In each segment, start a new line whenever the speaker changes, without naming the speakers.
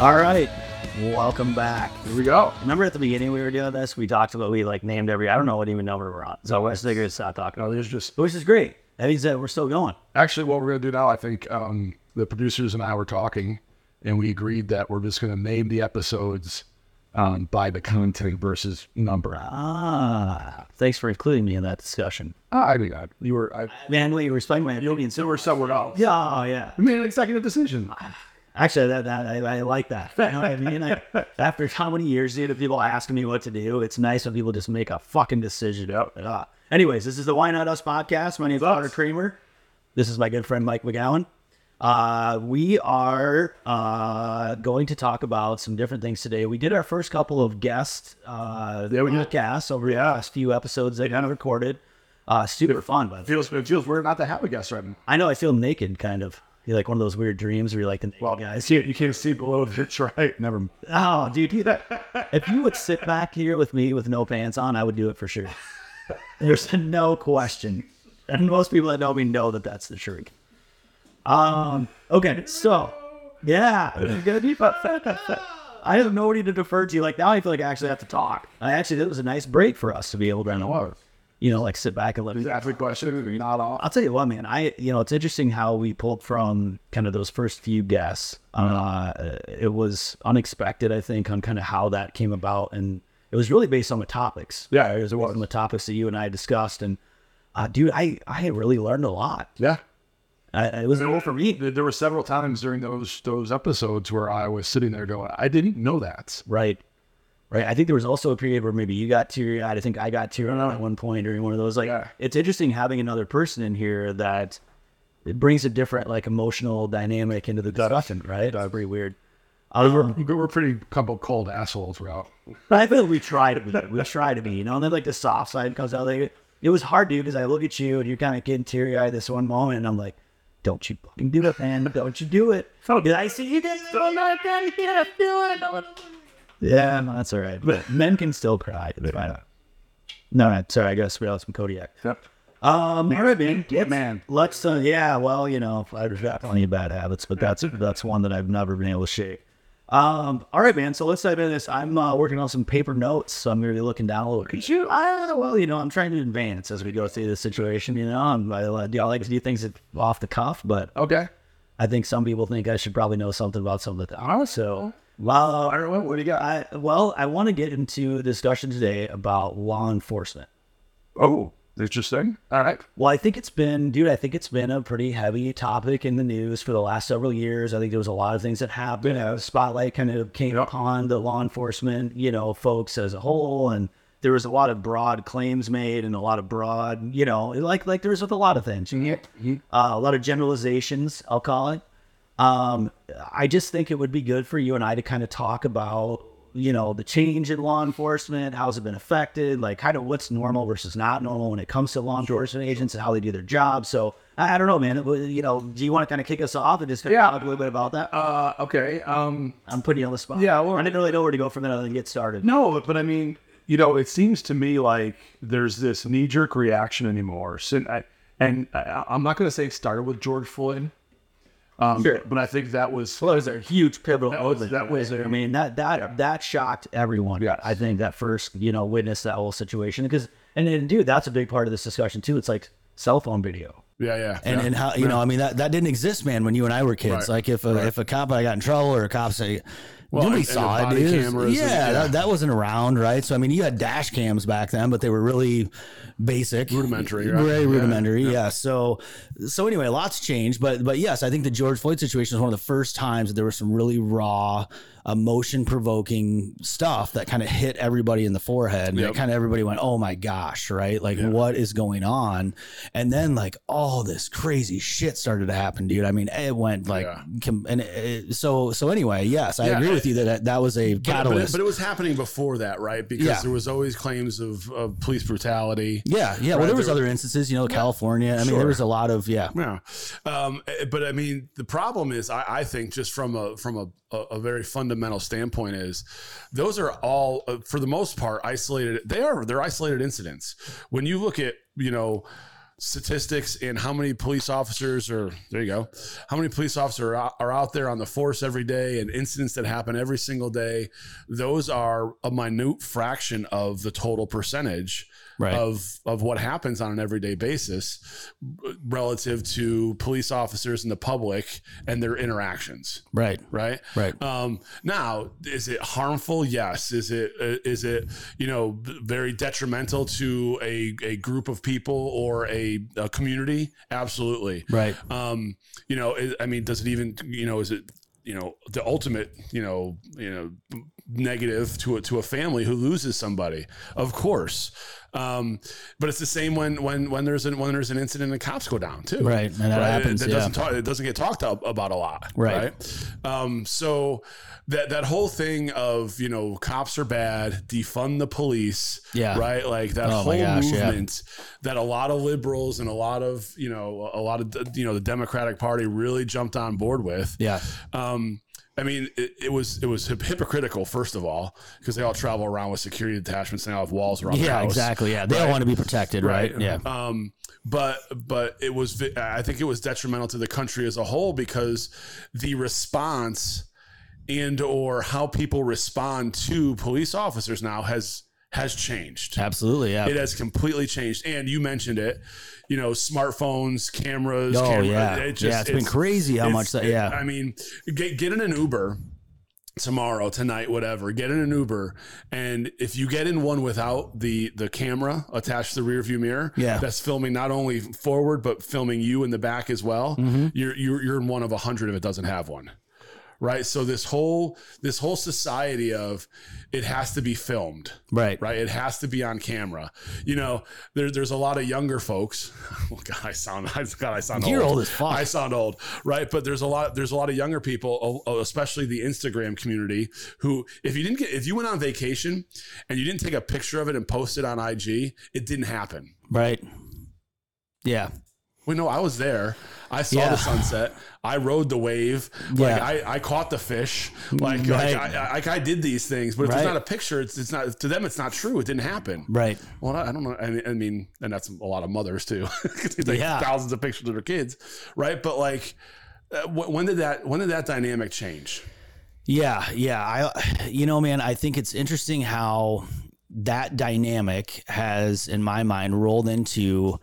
All right. Welcome back.
Here we go.
Remember at the beginning we were doing this? We talked about, we like named every, I don't know what even number we're on. So let's figure this out talking.
No, Uh, there's just
Which is great. That means that we're still going.
actually what we're gonna do now. I think um, the producers and I were talking, and we agreed that we're just gonna name the episodes um, by the content versus number.
Ah, thanks for including me in that discussion.
Ah, I think I, you were. I,
Man, wait, you respect my opinion. So
you were somewhere else.
yeah, oh, yeah.
You made an executive decision.
Actually, that, that I, I like that. You know what I mean? I, after how many years you know, people asking me what to do, it's nice when people just make a fucking decision.
Yep.
Uh, anyways, this is the Why Not Us podcast. My name is Connor
us.
Creamer. This is my good friend Mike McGowan. Uh, we are uh, going to talk about some different things today. We did our first couple of guest uh,
Yeah, we did.
podcasts over the last few episodes that kind of recorded. Uh, super fun, by the way.
Feels it feels weird not to have a guest right now.
I know I feel naked, kind of. You're like one of those weird dreams where you're like, the naked
Well,
guy.
guys, you, you can't see below the pitch, right? Never. mind.
Oh, dude, you- if you would sit back here with me with no pants on, I would do it for sure. There's no question. And most people that know me know that that's the truth. Um, okay, so, yeah. you good? You- I have nobody to defer to. Like, now I feel like I actually have to talk. I actually, it was a nice break for us to be able to,
Wow.
you know, like sit back and let me
Is that the question? Not off.
I'll tell you what, man. I you know it's interesting how we pulled from kind of those first few guests. Uh, it was unexpected, I think, on kind of how that came about, and it was really based on the topics.
Yeah, it
it was
was.
on the topics that you and I discussed, and uh, dude, I I really learned a lot.
Yeah.
I, it was cool for me,
There there were several times during those those episodes where I was sitting there going, I didn't know that.
right? Right. I think there was also a period where maybe you got teary eyed. I think I got teary eyed at one point during one of those. Like,
Yeah.
it's interesting having another person in here that it brings a different like emotional dynamic into the discussion, right? It's pretty weird. Um,
We're we're pretty couple cold assholes, bro.
I feel we try to be. We try to be, you know. And then like the soft side comes out. Like it was hard, dude, because I look at you and you're kind of getting teary eyed this one moment, and I'm like, "Don't you fucking do it, man! Don't you do it!" Did I see you did it? Yeah, no, that's all right. But men can still cry. It's fine. No, no, sorry, I gotta spit out some Kodiak.
Yep.
Um, all right, man.
Yeah, man.
Let's, uh, yeah, well, you know, I've got plenty of bad habits, but that's that's one that I've never been able to shake. Um, all right, man. So let's dive into this. I'm uh, working on some paper notes, so I'm gonna be looking down a little. Could you? Uh, well, you know, I'm trying to advance as we go through this situation. You know, I'm, I, li- I like to do things off the cuff, but
Okay.
I think some people think I should probably know something about something. that I don't. So,
All
well,
right, what, what do you got?
I, well, I want to get into a discussion today about law enforcement.
Oh, interesting. All right.
Well, I think it's been, dude, I think it's been a pretty heavy topic in the news for the last several years. I think there was a lot of things that happened. Uh, spotlight kind of came
Yeah.
upon the law enforcement, you know, folks as a whole. And there was a lot of broad claims made and a lot of broad, you know, like, like there was with a lot of things, uh, a lot of generalizations, I'll call it. Um, I just think it would be good for you and I to kind of talk about, you know, the change in law enforcement, how's it been affected, like kind of what's normal versus not normal when it comes to law enforcement agents and how they do their job. So I, I don't know, man. It, was- you know, do you want to kind of kick us off and just kind
Yeah.
of talk a little bit about that?
Uh, okay. Um,
I'm putting you on the spot.
yeah, well-
I didn't really know where to go from there other than get started.
no, but I mean, you know, it seems to me like there's this knee jerk reaction anymore. So, I, and I, I'm not going to say it started with George Floyd, um,
Sure.
but I think that was
Well, it was a huge pivotal
That was-
moment.
that was a-
I mean, that that that shocked everyone.
Yes.
I think that first, you know, witnessed that whole situation because, and, and dude, that's a big part of this discussion too. It's like cell phone video.
yeah, yeah,
and,
yeah.
and how you know i mean that, that didn't exist man when you and i were kids
Right,
like if a, if a cop and i got in trouble or a cop say nobody
and- and
saw it
body
dude.
cameras and-
yeah,
yeah.
That, that wasn't around right so i mean you had dash cams back then but they were really basic
Rudimentary, right?
very
Yeah,
rudimentary yeah. so so anyway lots changed but but yes i think the george floyd situation is one of the first times that there was some really raw emotion provoking stuff that kind of hit everybody in the forehead and
Yep.
it kind of everybody went oh my gosh right like what is going on and then like all this crazy shit started to happen dude i mean it went like
Yeah.
com- and it, it- so so anyway yes i
Yeah.
agree with you that- that that was a
But- But, it,
catalyst
but it was happening before that, right? Because
Yeah.
there was always claims of, of police brutality.
yeah yeah well there was other instances you know california i mean there
Sure.
was a lot of yeah
Yeah. Um, eh, but I mean, the problem is, I, I think, just from a from a, a, a very fundamental standpoint, is those are all, uh, for the most part, isolated. They are they're isolated incidents. When you look at you know statistics and how many police officers are there you go how many police officers are, out- are out there on the force every day and incidents that happen every single day those are a minute fraction of the total percentage
Right.
of of what happens on an everyday basis relative to police officers and the public and their interactions
Right.
right
Right.
um now is it harmful yes is it uh, is it you know b- very detrimental to a a group of people or a, a community absolutely
Right.
um you know i i mean does it even you know is it you know the ultimate you know you know negative to a to a family who loses somebody of course um but it's the same when when when there's an when there's an incident and cops go down too
Right, and that happens,
it,
yeah.
doesn't talk, it doesn't get talked ab- about a lot
Right.
um so that that whole thing of you know cops are bad defund the police
Yeah.
right like that
Oh
whole
my gosh, yeah.
movement that a lot of liberals and a lot of you know a lot of you know the Democratic Party really jumped on board with.
Yeah.
Um, I mean, it, it was it was hip- hypocritical first of all because they all travel around with security detachments and they all have walls around. their
Yeah.
house.
Exactly. Yeah. They all
Right.
want to be protected. Right. Yeah.
Um, but but it was vi- I think it was detrimental to the country as a whole because the response and or how people respond to police officers now has has changed
Absolutely. Yeah.
it has completely changed. And you mentioned it, you know, smartphones, cameras.
Oh
camera-
yeah,
it just-
yeah. it's been crazy how
it's-
much that.
it-
Yeah,
I mean, get get in an Uber tomorrow, tonight, whatever. Get in an Uber, and if you get in one without the the camera attached to the rear view mirror,
Yeah.
that's filming not only forward but filming you in the back as well.
Mm-hmm.
You're, you're you're in one of a hundred if it doesn't have one. Right. So this whole this whole society of it has to be filmed
right.
right? It has to be on camera. You know, there, there's a lot of younger folks. Well, God, I sound, I, God, I sound
You're old as fuck.
I sound old, right? But there's a lot, there's a lot of younger people, o- o- especially the Instagram community, who, if you didn't get, if you went on vacation and you didn't take a picture of it and post it on IG, it didn't happen.
Right. Yeah.
Well, no, I was there. I saw
Yeah.
the sunset. I rode the wave. Like
Yeah.
I, I caught the fish. Like,
Right.
like, I, I, like I did these things. But if
Right.
there's not a picture, it's, it's not to them. It's not true. It didn't happen.
Right.
Well, I I don't know. I mean, I mean and that's a lot of mothers too. 'Cause they take
Yeah.
thousands of pictures of their kids, right? But like, uh, wh- when did that when did that dynamic change?
Yeah, yeah. I you know, man, I think it's interesting how that dynamic has in my mind rolled into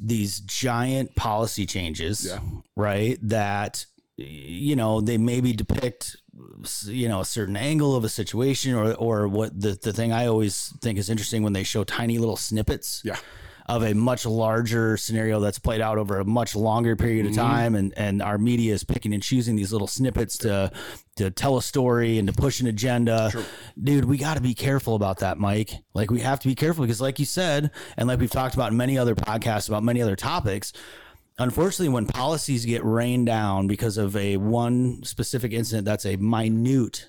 these giant policy changes,
Yeah.
right? That you know, they maybe depict you know a certain angle of a situation or or what the the thing I always think is interesting when they show tiny little snippets
Yeah,
of a much larger scenario that's played out over a much longer period of time and and our media is picking and choosing these little snippets to to tell a story and to push an agenda dude we got to be careful about that mike like we have to be careful because like you said and like we've talked about in many other podcasts about many other topics unfortunately when policies get rained down because of a one specific incident that's a minute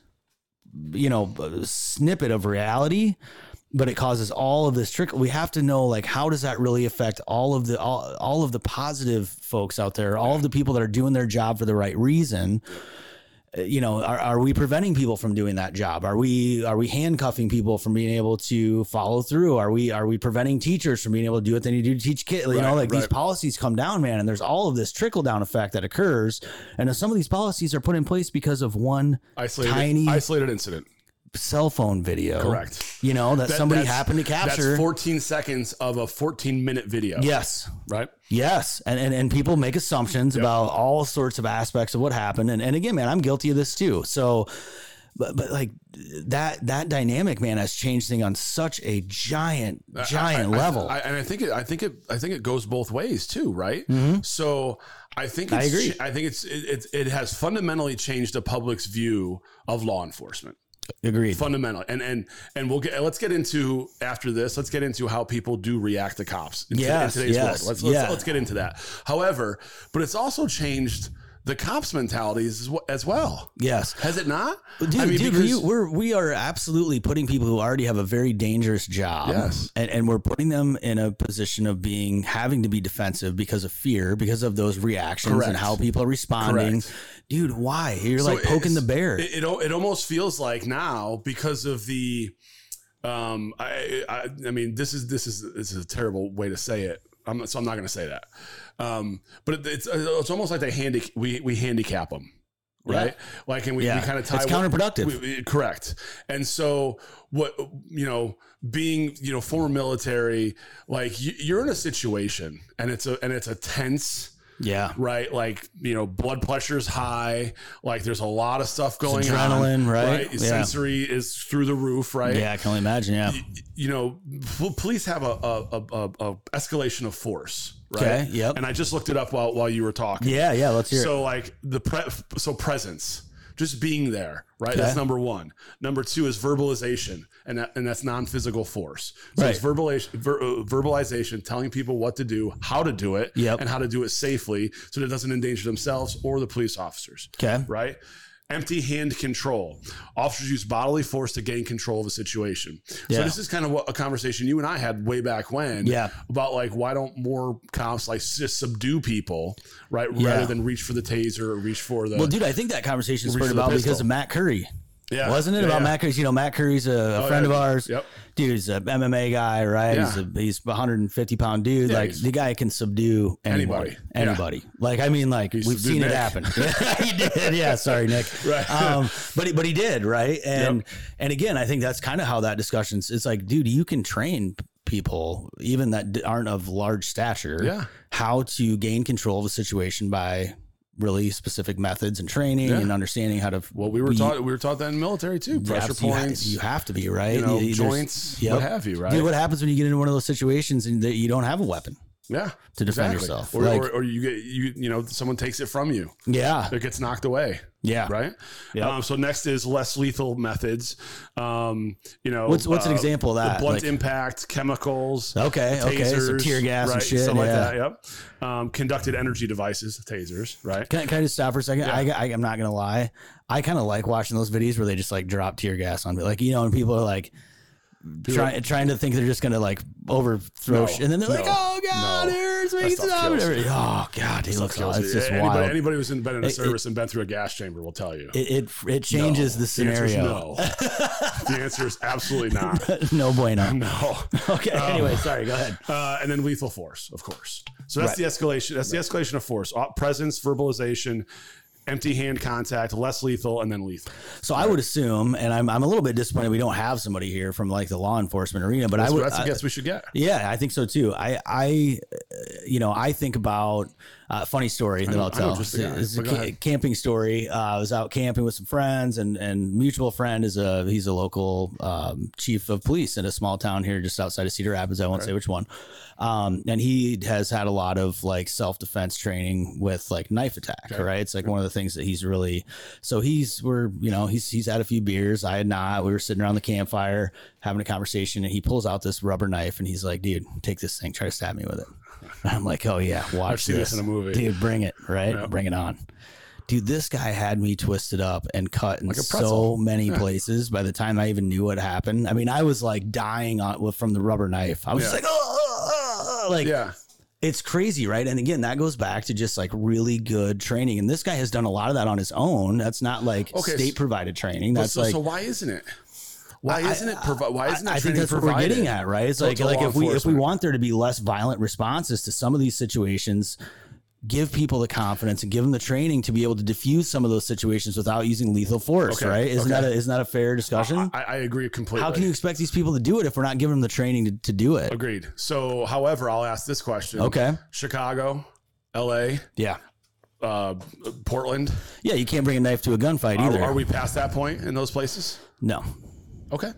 you know snippet of reality but it causes all of this trick we have to know like how does that really affect all of the all, all of the positive folks out there all of the people that are doing their job for the right reason Uh, you know are, are we preventing people from doing that job are we are we handcuffing people from being able to follow through are we are we preventing teachers from being able to do what they need to do to teach kids you know
Right,
like these
right.
policies come down man and there's all of this trickle down effect that occurs and then some of these policies are put in place because of one
isolated
Tiny-
isolated incident.
cell phone video
Correct.
you know that,
That-
somebody
that's-
happened to capture
That's 14 seconds of a 14 minute video.
yes
right.
Yes, and and, and people make assumptions about all sorts of aspects of what happened, and and again, man, I'm guilty of this too. So, but but like that that dynamic, man, has changed thing on such a giant giant
I- I-
level.
I, and I think it, I think it, I think it goes both ways too, right? So I think
Mm-hmm. I
it's,
agree.
I think it's it, it, it has fundamentally changed the public's view of law enforcement.
Agreed.
fundamental and and and we'll get let's get into after this let's get into how people do react to cops in, to- in
Yes,
today's
yes,
world let's let's,
yeah.
let's get into that however but it's also changed the cops mentalities as w- as well
Yes.
has it not
Dude, dude, we, we're we are absolutely putting people who already have a very dangerous job,
Yes.
and, and we're putting them in a position of being having to be defensive because of fear, because of those reactions and
Correct.
how people are responding.
Correct.
Dude, why you're
So
like poking the
it's-
bear?
It, it al- it almost feels like now because of the, um, I, I I mean this is this is this is a terrible way to say it. I'm not, so I'm not going to say that. Um, but it, it's it's almost like they handic we we handicap them, right? Like, and we,
Yeah.
we kind of
It's
tie
counterproductive.
we- we- correct. And so what you know, being you know former military, like you, you're in a situation, and it's a and it's a tense
Yeah.
right? Like, you know, blood pressure's high. Like, there's a lot of stuff going
adrenaline,
on.
right? Yeah.
Sensory is through the roof, right?
Yeah, I can only imagine. Yeah.
You know, pol- police have a, a, a, a, a escalation of force, right?
Okay, yep.
And I just looked it up while, while you were talking.
Yeah, yeah. Let's hear it.
So, like, the pre, so presence. Just being there, right? That's number one. Number two is verbalization, and that, and that's non-physical force. So it's
Right.
verbalization, ver, uh, verbalization, telling people what to do, how to do it,
Yep.
and how to do it safely, so that it doesn't endanger themselves or the police officers.
Okay.
Right. Empty hand control. Officers use bodily force to gain control of a situation.
Yeah.
So this is kind of what a conversation you and I had way back when.
Yeah.
About like why don't more cops like just subdue people, right?
Yeah.
Rather than reach for the taser or reach for the
Well, dude, I think that conversation
Reach
spurred
for the
about because
pistol.
of Matt Curry.
Yeah.
Wasn't it
Yeah,
about
yeah.
Matt Curry's? You know, Matt Curry's a, a friend
yeah.
of ours.
Yep.
Dude, he's an MMA guy, right? He's
Yeah.
a he's a 150 pound dude.
Yeah,
like
he's-
the guy can subdue anybody.
Anybody. Yeah.
Anybody. Like I mean, like
He
we've
subdued
seen it
Nick.
happen. he did. Yeah. Sorry, Nick.
Right.
Um, but he, but he did right. And and again, I think that's kind of how that discussion's. It's like, dude, you can train people even that d- aren't of large stature
Yeah.
how to gain control of a situation by really specific methods and training
Yeah.
and understanding how to
Well, we were
be-
taught we were taught that in military too.
you
Pressure
abs- you ha-
points,
You,
you,
have to be right.
know,
There's-
joints,
yep.
what have you, right?
Dude, what happens when you get into one of those situations and that you don't have a weapon?
yeah.
to defend yourself,
Or,
like-
or, or you get you you know, someone takes it from you.
Yeah,
It gets knocked away.
yeah.
Right.
Yep.
Um, so next is less lethal methods. Um, you know,
What's what's an
uh,
example of
the
that?
blunt
Like-
impact, chemicals.
okay, okay. so
tasers,
tear gas
right,
and shit.
stuff
yeah.
like that. Yep. Um, conducted energy devices, tasers, right?
Can, I- can I just stop for a second? I, I, am not gonna lie. I kind of like watching those videos where they just like drop tear gas on me, like you know, and people are like trying trying to think they're just gonna like overthrow,
No,
shit. and then they're like,
no,
"Oh God,
no.
here's me."
That stuff
stop it."
kills you.
Oh God, he looks.
Kills
Awesome. It's
you.
just
anybody,
wild.
anybody who's been in
It-
a
it-
service and been through a gas chamber will tell you.
It it, it changes the
The answer is
scenario.
no. the answer is absolutely not.
no bueno.
No. Um,
Okay. anyway, sorry. Go ahead.
Uh, and then lethal force, of course. So that's the escalation. That's the escalation of force. Uh, Presence, verbalization, empty hand contact, less lethal, and then lethal.
So I would assume, and I'm, I'm a little bit disappointed we don't have somebody here from like the law enforcement arena, but I
That's,
would. uh,
that's
I-
a guess we should get.
yeah, I think so too. I, I, uh, you know, I think about uh, funny story that
know-
I'll
I know
tell.
just
It's,
the guy,
it's a
but go
ca-
ahead.
camping story. Uh, I was out camping with some friends, and and mutual friend is a he's a local um, chief of police in a small town here just outside of Cedar Rapids. I won't say which one. Um, and he has had a lot of like self defense training with like knife attack. Right, it's like one of the things that he's really. So he's we're you know he's he's had a few beers. I had not. We were sitting around the campfire having a conversation, and he pulls out this rubber knife, and he's like, "Dude, take this thing. Try to stab me with it." And I'm like, "Oh yeah, watch
seen this in a movie.
dude. Bring it, right? Bring it on." Dude, this guy had me twisted up and cut in so many places. By the time I even knew what happened, I mean, I was like dying on, from the rubber knife. I was just
Yeah.
like, oh, like
Yeah.
it's crazy, right? And again, that goes back to just like really good training. And this guy has done a lot of that on his own. That's not like
Okay,
state provided training. That's
so,
like
so why isn't it? Why isn't it? Provi- why
I,
isn't that
I think
training
that's what we're
provided?
getting at, right? It's
So
like
it's a
like
law
if we if we
enforcement.
want there to be less violent responses to some of these situations, give people the confidence and give them the training to be able to diffuse some of those situations without using lethal force,
Okay,
right? Isn't
okay.
that a, isn't that a fair discussion?
I, I agree completely.
How can you expect these people to do it if we're not giving them the training to, to do it?
Agreed. So, however, I'll ask this question.
Okay.
Chicago, L.A.,
Yeah.
uh, Portland.
Yeah, you can't bring a knife to a gunfight
Are,
either.
are we past that point in those places?
no.
Okay.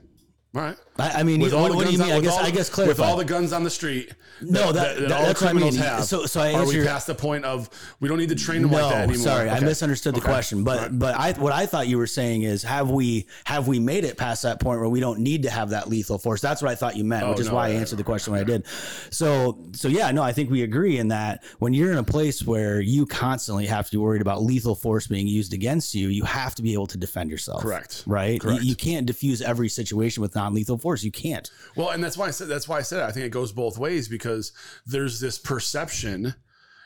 All right.
I, I mean,
With all
what,
the
what do you
guns
mean?
on-
I
with
guess
all-
I guess
with
clarify.
all the guns on the street.
No, that- that-
all
that's what I mean.
criminals have.
So- so I
are
answer-
we past the point of we don't need to train them
no,
like that anymore?
sorry, I
Okay.
misunderstood the
Okay.
question. But
All right.
but I what I thought you were saying is have we have we made it past that point where we don't need to have that lethal force? That's what I thought you meant, which is
Oh, no,
why I
yeah,
answered the question when I did. So so yeah, no, I think we agree in that when you're in a place where you constantly have to be worried about lethal force being used against you, you have to be able to defend yourself.
Correct.
Right. You-
Correct.
You, can't diffuse every situation with non-lethal force. You can't.
Well, and that's why I said that's why I said it. I think it goes both ways because there's this perception,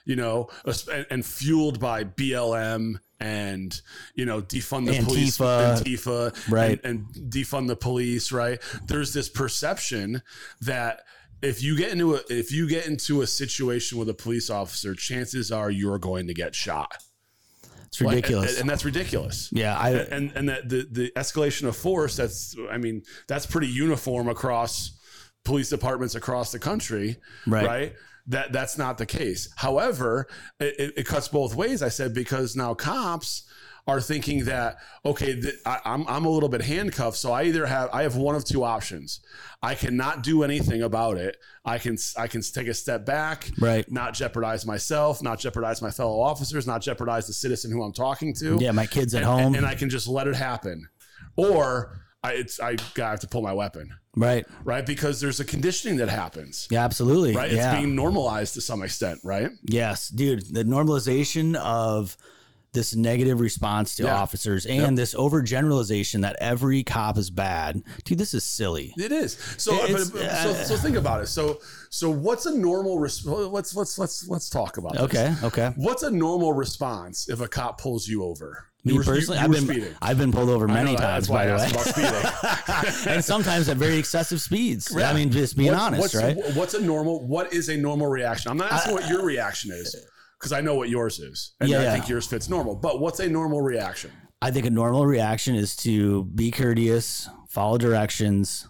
you know, as- and, and fueled by BLM and you know defund the police,
Antifa.
Antifa,
Right.
and, and defund the police, right? There's this perception that. if you get into a if you get into a situation with a police officer, chances are you're going to get shot.
It's
Like,
ridiculous.
and, and that's ridiculous.
yeah, I
and and that the the escalation of force that's I mean that's pretty uniform across police departments across the country,
Right.
That that's not the case. However, it, it- it cuts both ways. I said because now cops are thinking that okay, th- I, I'm I'm a little bit handcuffed, so I either have I have one of two options. I cannot do anything about it. I can s- I can take a step back,
Right.
Not jeopardize myself, not jeopardize my fellow officers, not jeopardize the citizen who I'm talking to
yeah, my kids at
and,
home,
and, I can just let it happen, or I, it's I gotta have to pull my weapon,
right?
right? Because there's a conditioning that happens,
Yeah, absolutely.
right?
yeah.
It's being normalized to some extent, right?
Yes, dude, the normalization of this negative response to
Yeah.
officers and this overgeneralization that every cop is bad. Dude, this is silly.
It is. So,
It's-
but, but- so,
uh,
so think about it. So, so what's a normal response? Let's let's let's let's talk about. this.
Okay, okay.
What's a normal response if a cop pulls you over?
Me
you were, you-
personally,
you
I've
were
been
speeding.
I've been pulled over
I
many
know,
times
That's why
by the
I asked
way,
about speeding.
and sometimes at very excessive speeds. I
Yeah.
mean, just being
What-
honest,
what's,
right?
What's a normal? What is a normal reaction? I'm not asking what your reaction is because I know what yours is, and
Yeah,
I
yeah.
think yours fits normal. But what's a normal reaction?
I think a normal reaction is to be courteous, follow directions,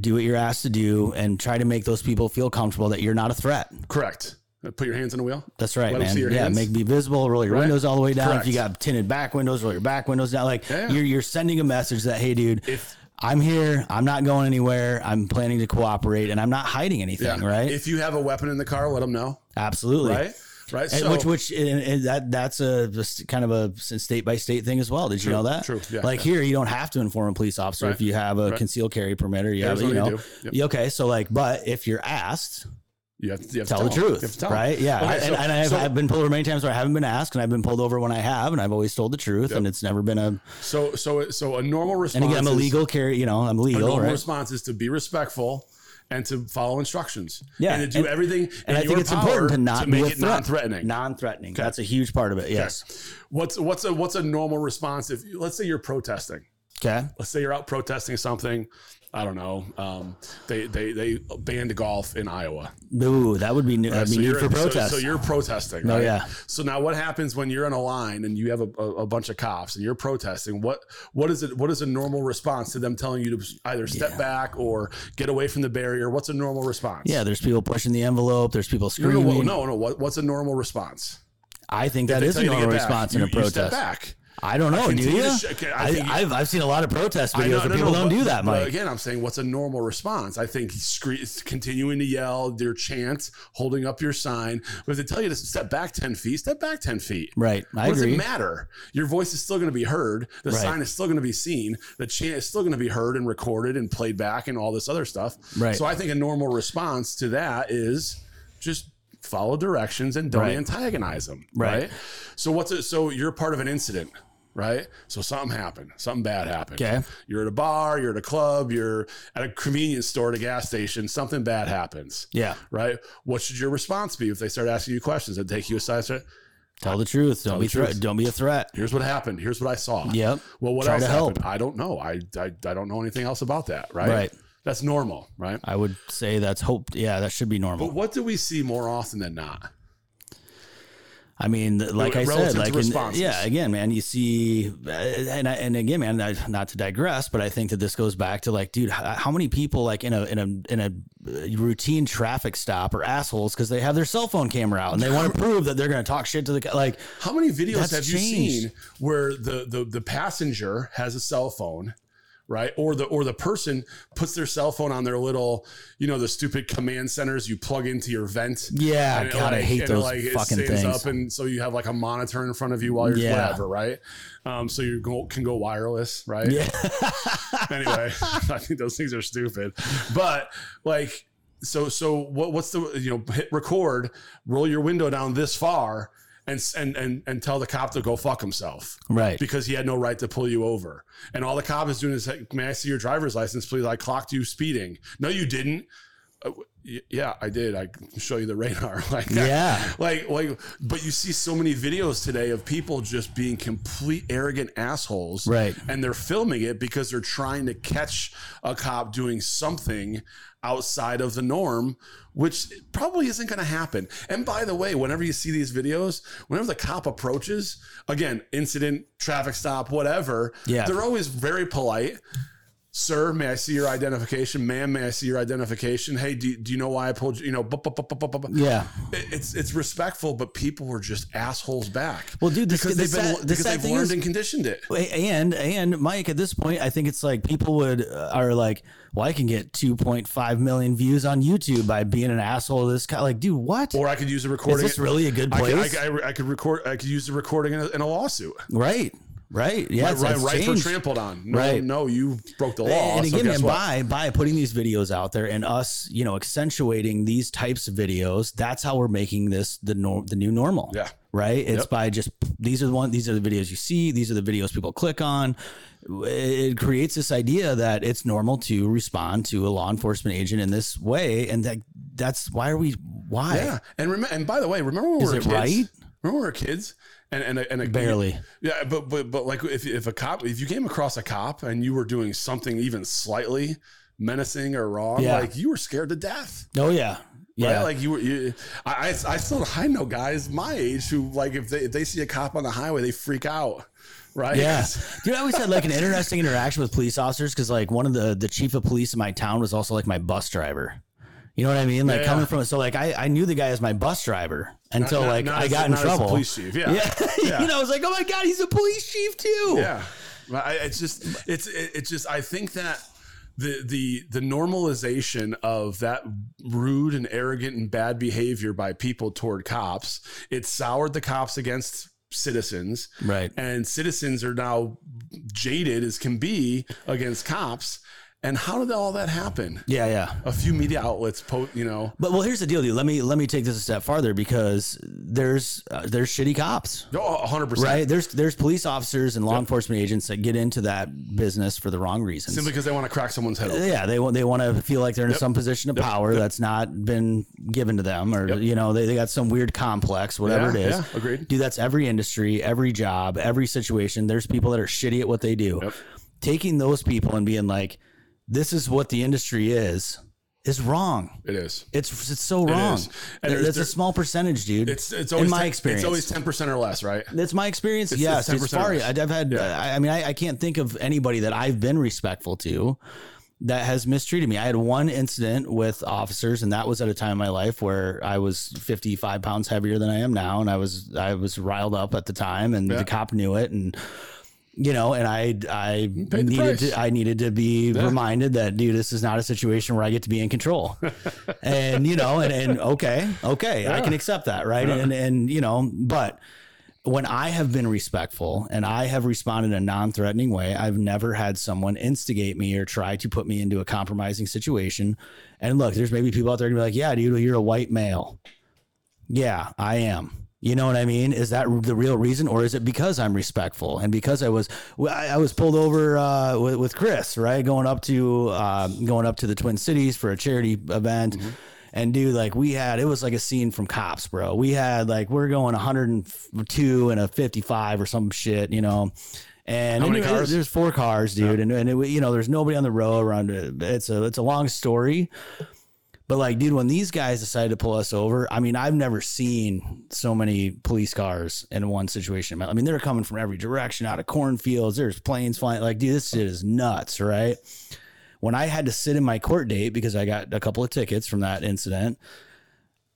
do what you're asked to do, and try to make those people feel comfortable that you're not a threat.
Correct. Uh, Put your hands on the wheel.
That's right,
Let 'em
man.
see your
yeah,
hands.
make me visible. Roll your
Right.
windows all the way down.
Correct.
If you got tinted back windows, roll your back windows down. Like
Yeah.
you're you're sending a message that hey, dude,
If-
I'm here. I'm not going anywhere. I'm planning to cooperate, and I'm not hiding anything. Right?
If you have a weapon in the car, let them know.
Absolutely.
Right. Right.
And which which and, and that that's a just kind of a state by state thing as well. Did you know that?
true. Yeah,
like here, you don't have to inform a police officer if
Right.
you have a concealed carry permit or you have you
Arizona, you
know.
do. Yep.
Yeah, Okay, so like, but if you're asked,
you have to, you have to
tell, the
'em.
truth,
You have to tell 'em.
right? Yeah,
Okay,
I- and,
so-
and I've,
so-
I've been pulled over many times where I haven't been asked, and I've been pulled over when I have, and I've always told the truth, and it's never been a.
So so so a normal response.
And again, I'm a
is-
legal carry, you know, I'm
A
legal,
normal
right?
response is to be respectful. And to follow instructions,
Yeah,
and to do
and-
everything.
and I
in
think
your
it's
power
important to not
make
be a
it non-threatening.
non-threatening. That's a huge part of it. Yes.
What's what's a what's a normal response if let's say you're protesting.
Okay.
Let's say you're out protesting something. I don't know. Um, they they they banned golf in Iowa.
Ooh, that would be new. That'd be
So
new
you're-
for
so-
protest.
So, you're protesting.
Oh,
right?
yeah.
So now what happens when you're in a line and you have a, a, a bunch of cops and you're protesting? What what is it? What is a normal response to them telling you to either step back or get away from the barrier? What's a normal response?
yeah, there's people pushing the envelope. There's people
No,
screaming.
no, what- no, no. What, what's a normal response?
I think
If
that
they
is
tell
a
you to
normal
get back,
response in
you-
a
You step
protest.
back.
I don't know. Do
continue
you?
to sh- okay, I
I
think you-
have I've seen a lot of protest
I
videos
know-
where
no,
people
no,
don't
but-
do that,
but
Mike.
Again, I'm saying what's a normal response? I think scree- continuing to yell, their chant, holding up your sign. But if they tell you to step back 10 feet, step back 10 feet.
Right. I
what does
agree.
it matter? Your voice is still going to be heard. The
Right.
sign is still going to be seen. The chant is still going to be heard and recorded and played back and all this other stuff.
Right.
So I think a normal response to that is just follow directions and don't
Right.
antagonize them.
Right.
So what's it? So you're part of an incident, right? So something happened. Something bad happened.
Okay.
You're at a bar. You're at a club. You're at a convenience store, at a gas station. Something bad happens.
Yeah.
Right. What should your response be if they start asking you questions and take you aside? Say,
Tell the truth. Don't be
the
threat.
truth.
Don't be a threat.
Here's what happened. Here's what I saw.
Yep.
Well, what
Try
else
to help.
happened? I don't know. I, I I don't know anything else about that. Right.
Right.
That's normal. Right.
I would say that's hope. Yeah, that should be normal.
But what do we see more often than not?
I mean, th- like I
relative
said,
to
like in,
responses.
yeah, again, man, you see, uh, and I, and again, man, I, not to digress, but I think that this goes back to like, dude, how, how many people like in a in a in a uh, routine traffic stop are assholes because they have their cell phone camera out and they want to prove that they're going to talk shit to the co- like,
How many videos
That's
have you
changed.
seen where the, the the passenger has a cell phone, right? Or the or the person puts their cell phone on their little, you know, the stupid command centers you plug into your vent.
yeah,
And it,
God, I
like-
hate
and it,
those
like, it
fucking
stands
things.
up and so you have like a monitor in front of you while you're
Yeah.
whatever, right? Um, so you go, can go wireless, right?
Yeah.
anyway, I think those things are stupid. But like, so so what? What's the you know hit record, roll your window down this far, and s- and and and tell the cop to go fuck himself
right?
because he had no right to pull you over. And all the cop is doing is, like, may I see your driver's license, please? I clocked you speeding. No, you didn't. uh, y- yeah, I did. I can show you the radar. like that.
Yeah.
Like, like, but you see so many videos today of people just being complete arrogant assholes.
Right.
And they're filming it because they're trying to catch a cop doing something outside of the norm, which probably isn't going to happen. And by the way, whenever you see these videos, whenever the cop approaches, again, incident, traffic stop, whatever,
Yeah.
they're always very polite. Sir, may I see your identification? Ma'am, may I see your identification? Hey, do, do you know why I pulled you? You know, bu- bu- bu- bu- bu- bu- bu-
Yeah.
It- it's it's respectful, but people were just assholes back.
Well, dude, this-
because
the
they've been
sad- the
because
sad
they've
thing
learned
is-
and conditioned it.
and and Mike, at this point, I think it's like people would uh, are like, well, I can get 2.5 million views on YouTube by being an asshole. to This kind, like, dude, what?
Or I could use a recording.
this really a good
I could-
place?
I could, I, I could record. I could use the recording in a, in a lawsuit.
right, right, yeah,
Right,
it's-
right,
it's
right for
changed.
trampled on. No,
Right.
no, you broke the law.
And
so
again,
guess
man,
what?
by by putting these videos out there and us, you know, accentuating these types of videos, that's how we're making this the norm, the new normal.
Yeah.
Right. It's
Yep.
by just these are the one these are the videos you see. These are the videos people click on. It creates this idea that it's normal to respond to a law enforcement agent in this way, and that that's why are we why
Yeah, and remember, and by the way, remember when
Is
we were
it
kids?
right?
Remember when we were kids, and and a, and a,
barely
Yeah, but but but like if if a cop if you came across a cop and you were doing something even slightly menacing or wrong,
Yeah.
like you were scared to death.
oh yeah
Yeah,
yeah
like you were. You, I, I I still I know guys my age who like if they if they see a cop on the highway they freak out, right?
Yeah, dude, I always had like an interesting interaction with police officers because like one of the the chief of police in my town was also like my bus driver. You know what I mean? Like
Yeah,
coming
yeah.
from so like I, I knew the guy as my bus driver until
Not-
like
not
I
as-
got in
not as a
trouble.
police chief. Yeah.
Yeah, you know, I was like, oh my god, he's a police chief too.
Yeah, Well, I, it's just it's it- it's just I think that the the the normalization of that rude and arrogant and bad behavior by people toward cops it soured the cops against citizens
Right.
and citizens are now jaded as can be against cops and how did all that happen
Yeah, yeah.
a few media outlets po- you know
But well, here's the deal, dude. Let me let me take this a step farther because there's uh, there's shitty cops.
oh, 100%
Right, there's there's police officers and law enforcement agents that get into that business for the wrong reasons.
simply because they want to crack someone's head open.
yeah, they want they want to feel like they're in some position of power that's not been given to them, or you know, they, they got some weird complex, whatever
Yeah,
it is.
yeah, agreed.
Dude, that's every industry, every job, every situation. There's people that are shitty at what they do. Taking those people and being like, "This is what the industry is," is wrong.
it is
It's it's so wrong.
is. And
There-
there's-
that's a
there-
small percentage, dude.
it's it's always
in my
ten-
experience.
it's always 10% or less right
That's my experience. yes,
it's
it's
10%
far.
less.
I've had. I, I mean, I, I can't think of anybody that I've been respectful to that has mistreated me. I had one incident with officers, and that was at a time in my life where I was 55 pounds heavier than I am now, and I was I was riled up at the time, and the cop knew it, and you know, and I I
the
needed
price.
to I needed to be reminded that dude, this is not a situation where I get to be in control. and you know, and, and okay, okay, I can accept that, right? And and you know, but when I have been respectful and I have responded in a non-threatening way, I've never had someone instigate me or try to put me into a compromising situation. And look, there's maybe people out there gonna be like, "Yeah, dude, you're a white male." Yeah, I am. You know what I mean? Is that the real reason, or is it because I'm respectful and because I was well, I I was pulled over uh, with, with Chris, right, going up to uh, going up to the Twin Cities for a charity event,
Mm-hmm.
and dude, like we had it was like a scene from Cops, bro. We had like we're going 102 and a 55 or some shit, you know. And
How many
anyway,
cars?
there's four cars, dude, and and it, wa- you know there's nobody on the road around. It. It's a it's a long story, but like, dude, when these guys decided to pull us over, I mean, I've never seen so many police cars in one situation. I mean, they're coming from every direction, out of cornfields. There's planes flying. Like, dude, this shit is nuts, right? When I had to sit in my court date because I got a couple of tickets from that incident,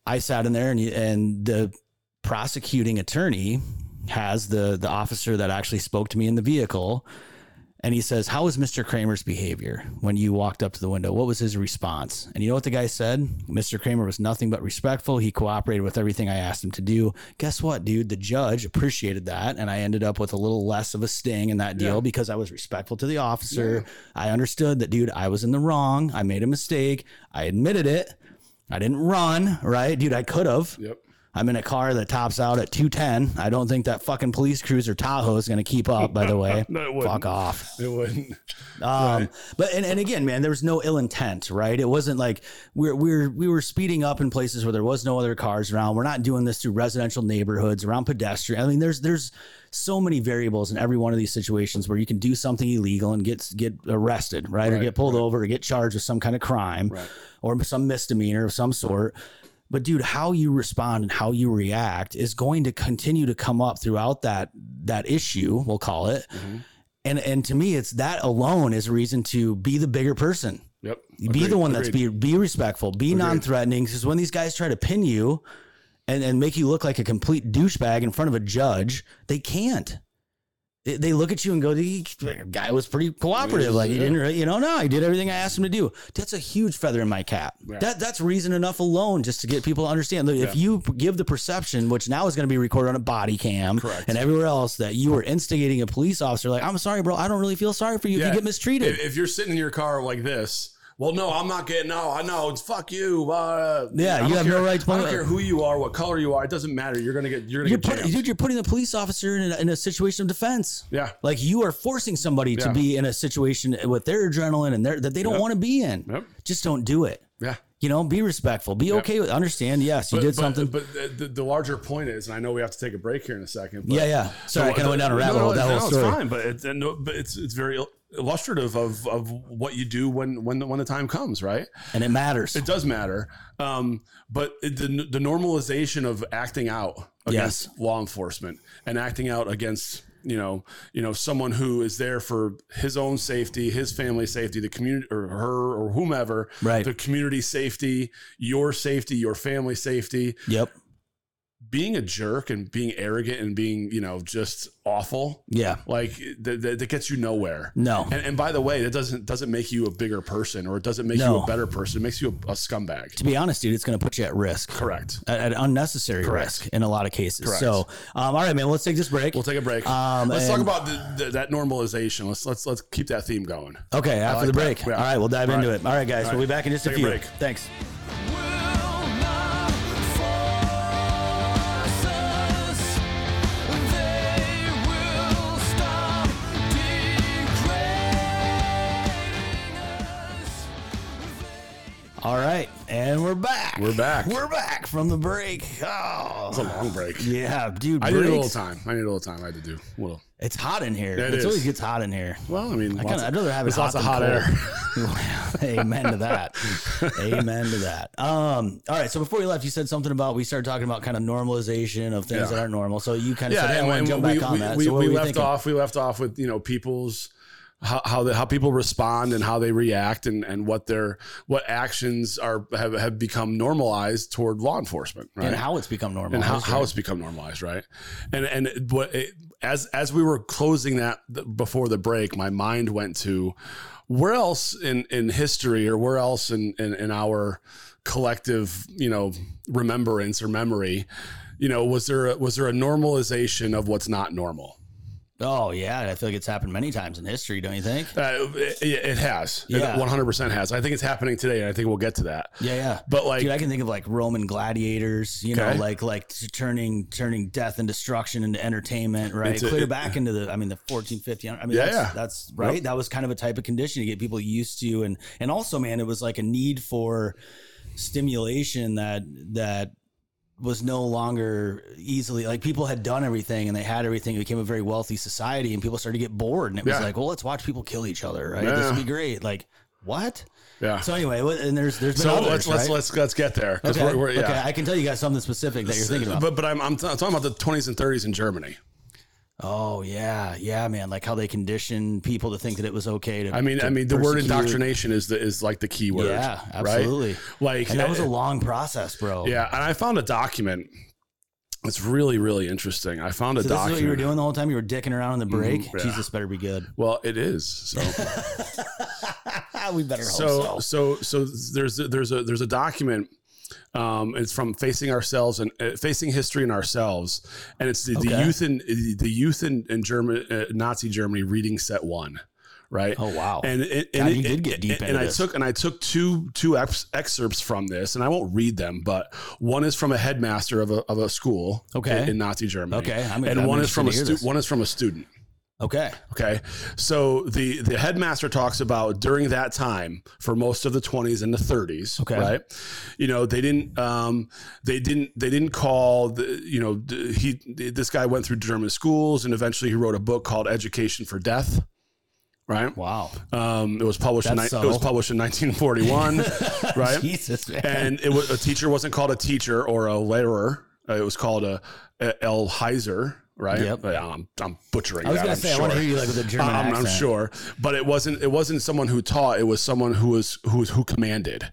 I sat in there and and the prosecuting attorney has the the officer that actually spoke to me in the vehicle and he says, "How was Mr. Kramer's behavior when you walked up to the window? What was his response?" And you know what the guy said? Mr. Kramer was nothing but respectful. He cooperated with everything I asked him to do. Guess what, dude? The judge appreciated that, and I ended up with a little less of a sting in that deal because I was respectful to the officer. I understood that, dude. I was in the wrong. I made a mistake. I admitted it. I didn't run, right, dude? I could have.
yep
I'm in a car that tops out at 210. I don't think that fucking police cruiser Tahoe is going to keep up, by the way.
No, it wouldn't.
Fuck off.
It wouldn't.
Um, but and, and again, man, there was no ill intent, right? It wasn't like we're we're we were speeding up in places where there was no other cars around. We're not doing this through residential neighborhoods, around pedestrian. I mean, there's there's so many variables in every one of these situations where you can do something illegal and get get arrested, right? or
Right,
get pulled over or get charged with some kind of crime
Right.
or some misdemeanor of some sort. But dude, how you respond and how you react is going to continue to come up throughout that that issue, we'll call it.
Mm-hmm.
And and to me, it's that alone is a reason to be the bigger person.
Yep.
Be
Agreed,
the one that's
agreed.
be be respectful, be non-threatening. Because when these guys try to pin you and, and make you look like a complete douchebag in front of a judge, they can't. They, they look at you and go, the guy was pretty cooperative. Like he
Yeah.
didn't really, you know, no, he did everything I asked him to do. That's a huge feather in my cap.
Yeah.
That that's reason enough alone just to get people to understand. Look, If
Yeah.
you give the perception, which now is going to be recorded on a body cam
Correct.
and everywhere else, that you were instigating a police officer, like, I'm sorry, bro, I don't really feel sorry for you if
Yeah.
you get mistreated.
If, if you're sitting in your car like this, well, no, I'm not getting. No, I know. It's fuck you. Uh,
Yeah,
I don't
you have no
care-
right to-
I don't care who you are, what color you are. It doesn't matter. You're gonna get. You're gonna
you're
get.
putting,
jammed.
dude, you're putting the police officer in a, in a situation of defense.
Yeah.
Like you are forcing somebody to
Yeah.
be in a situation with their adrenaline and their that they don't want to be in.
Yep.
Just don't do it.
Yeah.
You know, be respectful. Be okay with understand. Yes, you did something.
But uh, the, the, the larger point is, and I know we have to take a break here in a second. But
yeah, yeah. Sorry, I kind of went down a rabbit
No,
hole.
no,
That
no,
whole story.
It's fine, but it's, and no, but it's it's very illustrative of of what you do when when the, when the time comes, right?
and it matters.
It does matter, um, but it, the the normalization of acting out against law enforcement and acting out against you know you know someone who is there for his own safety, his family safety, the community or her or whomever,
Right.
The community safety, your safety, your family safety.
Yep.
Being a jerk and being arrogant and being you know just awful,
Yeah.
like that, that, that gets you nowhere.
No.
And, and by the way, that doesn't doesn't make you a bigger person, or it doesn't make
No.
you a better person. It makes you a, a scumbag.
to be honest, dude, it's going to put you at risk.
Correct.
At, at unnecessary
Correct.
risk in a lot of cases.
Correct.
So, um, all right, man, let's take this break.
We'll take a break.
Um,
let's
and-
talk about the, the, that normalization. Let's let's let's keep that theme going.
okay, after
that.
the break.
Yeah.
All right, we'll dive
All
into
right.
it. All right, guys,
All
we'll be
right.
back in just a
Take a
few.
break.
Thanks. All right, and we're back.
We're back.
We're back from the break. Oh,
It's a long break.
yeah, dude.
I need a little
breaks.
time. I need a little time. I had to do a little.
It's hot in
It
here. It
is.
always gets hot in here.
Well, I mean,
I
lots
kinda,
of-
I'd rather have it
there's lots
hot
of
than
hot
cold.
air.
Amen to that. Amen to that. Um, all right. So before you left, you said something about we started talking about kind of normalization of things
Yeah.
that aren't normal. So you kind of
Yeah,
said, hey, I
and,
want to
and
jump
we,
back on
we,
that.
we,
so what
we
were you
left
thinking?
off. We left off with you know people's how how, the, how people respond and how they react and and what their what actions are have have become normalized toward law enforcement. Right?
and how it's become normal.
and how,
That's
how
right.
it's become normalized, right? And and it- what it, as as we were closing that th- before the break, my mind went to where else in in history or where else in in, in our collective you know remembrance or memory, you know, was there a, was there a normalization of what's not normal?
oh yeah, and I feel like it's happened many times in history. Don't you think?
Uh, it, it has,
Yeah.
one hundred percent has. I think it's happening today, and I think we'll get to that.
Yeah, yeah.
But like,
Dude, I can think of like Roman gladiators, you
Okay.
know, like like t- turning turning death and destruction into entertainment, right?
Into-
Clear back into the, I mean, the 1450. I mean,
Yeah,
that's,
yeah.
that's right. That was kind of a type of condition to get people used to, and and also, man, it was like a need for stimulation that that was no longer easily like people had done everything and they had everything. It became a very wealthy society, and people started to get bored, and it was
Yeah.
like, well, let's watch people kill each other, right? This
Yeah.
would be great, like. What?
yeah. So,
So anyway, what- and there's there's been others,
let's let's
right?
let's let's get there. 'cause
Okay.
we're- we're- yeah.
okay, I can tell you guys something specific that you're thinking about.
But but I'm, I'm t- talking about the 20s and 30s in Germany.
oh yeah, yeah, man. Like how they condition people to think that it was okay to.
I mean
to
I mean the word
persecute.
indoctrination is the is like the key word.
Yeah,
right?
absolutely.
Like
And that was a
uh,
long process, bro.
yeah, and I found a document. It's really really interesting. I found a
So this is
document.
what you were doing the whole time. You were dicking around in the
Mm-hmm.
break. Jesus, better be good.
Well, it is so.
we better hope
so so so there's there's a there's a document um, it's from facing ourselves and uh, facing history and ourselves and it's the, the
Okay.
youth in the youth in, in german uh, nazi germany reading set one right?
Oh, wow.
And it,
God,
and it,
you did get
it-
deep
And,
into
I
this.
took and I took two two ex- excerpts from this, and I won't read them, but one is from a headmaster of a of a school,
Okay.
in, in Nazi Germany,
Okay, I'm-
and
I'm
one is from a
interested to hear
stu-
this.
one is from a student.
Okay.
Okay. So the the headmaster talks about during that time for most of the 20s and the 30s,
Okay.
right? You know, they didn't um they didn't they didn't call the you know d- he this guy went through German schools and eventually he wrote a book called Education for Death, right?
Wow.
Um, it was published in, ni-
That's
it was
subtle.
published in 1941, right?
Jesus, man.
and it was a teacher wasn't called a teacher or a laborer. Uh, it was called a, a El Heiser, right?
Yep.
Yeah, I'm, I'm butchering.
I was
that,
gonna
I'm
say
sure.
I want to hear you like with a German
I'm, I'm
accent.
sure, but it wasn't. It wasn't someone who taught. It was someone who was who was who commanded.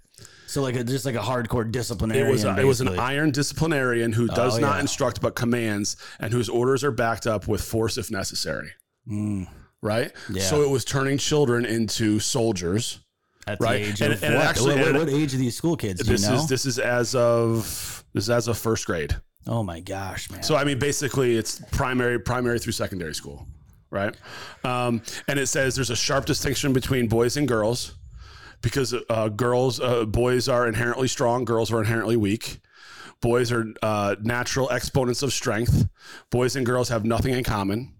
So like a, just like a hardcore disciplinarian.
It was a, it was an
basically.
iron disciplinarian who does
Oh,
not
yeah.
instruct but commands, and whose orders are backed up with force if necessary.
Mm,
Right.
Yeah.
So it was turning children into soldiers.
at the
Right.
age
And-
of
and
what?
actually-
what,
and-
what age are these school kids? Do
This
you know?
is this is as of this is as of first grade.
oh my gosh, man.
So I mean, basically, it's primary, primary through secondary school, right? Um, and it says there's a sharp distinction between boys and girls, because uh, girls, uh, boys are inherently strong, girls are inherently weak. Boys are uh, natural exponents of strength. Boys and girls have nothing in common,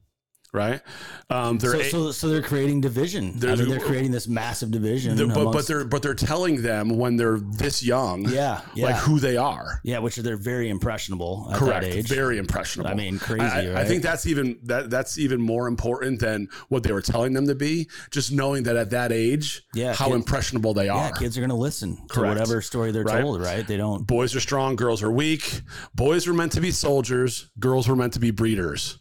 right? Um, they're
So,
a-
so, so they're creating division. I
There's-
mean, they're creating this massive division.
they're- but, but
amongst-
they're but they're telling them when they're this young,
yeah, yeah,
like who they are.
yeah, which are they're very impressionable at
Correct.
that age.
Very impressionable.
I mean, crazy,
I, I
right?
think that's even that that's even more important than what they were telling them to be. Just knowing that at that age,
Yeah,
how
kids-
impressionable they are.
yeah, kids are going to listen to
Correct.
whatever story they're
Right.
told, right? They don't.
Boys are strong, girls are weak. Boys were meant to be soldiers, girls were meant to be breeders.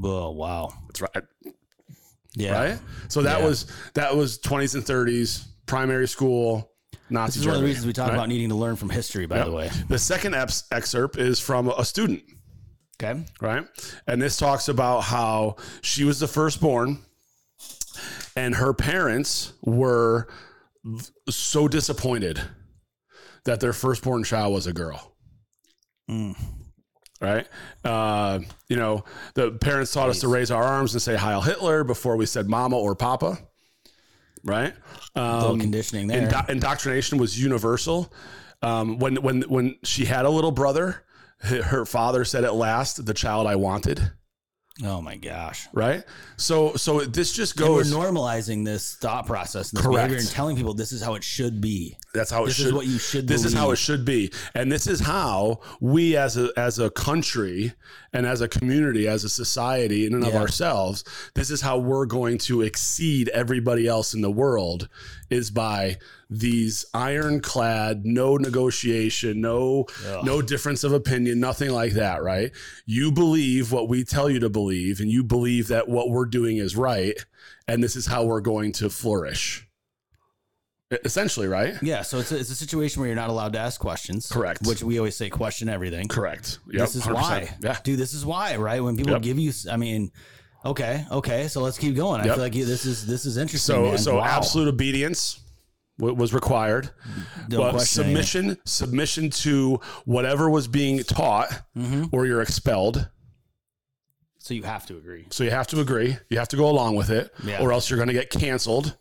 Oh wow,
That's right.
yeah.
Right. So that
Yeah.
was that was twenties and thirties, primary school. Nazi
This is one of the
Germany,
reasons we talk
right?
about needing to learn from history. By
Yep.
the way,
The second eps- excerpt is from a student.
okay,
right? And this talks about how she was the firstborn and her parents were v- so disappointed that their firstborn child was a girl. Mm. Right? Uh, you know, the parents taught us to raise our arms and say Heil Hitler before we said mama or papa. Right?
little
Um,
conditioning there.
indo- indoctrination was universal. Um, when when when she had a little brother, h- her father said at last, "The child I wanted."
oh my gosh.
Right. So so this just
And we're
goes.
normalizing this thought process, and this
Correct.
behavior, and telling people this is how it should be.
that's how it
This
should.
is what you should.
this is how it
believe.
should be, and this is how we as a as a country and as a community, as a society, in and of
Yeah.
ourselves, this is how we're going to exceed everybody else in the world is by these ironclad, no negotiation, no no difference of opinion, nothing like that, right? You believe what we tell you to believe, and you believe that what we're doing is right, and this is how we're going to flourish. E- Essentially, right?
Yeah, so it's a, it's a situation where you're not allowed to ask questions.
Correct.
Which we always say question everything.
Correct. Yep,
This is
100%.
why.
Yeah.
Dude, this is why, right? When people
Yep.
give you I mean, okay, okay, so let's keep going. I
Yep.
feel like you, this is this is interesting.
So
man.
so
Wow.
absolute obedience wa- was required.
Don't
Well,
question anything.
submission submission to whatever was being taught,
Mm-hmm.
or you're expelled.
So you have to agree.
So you have to agree. You have to go along with it,
Yeah. Mm.
or else you're going to get canceled.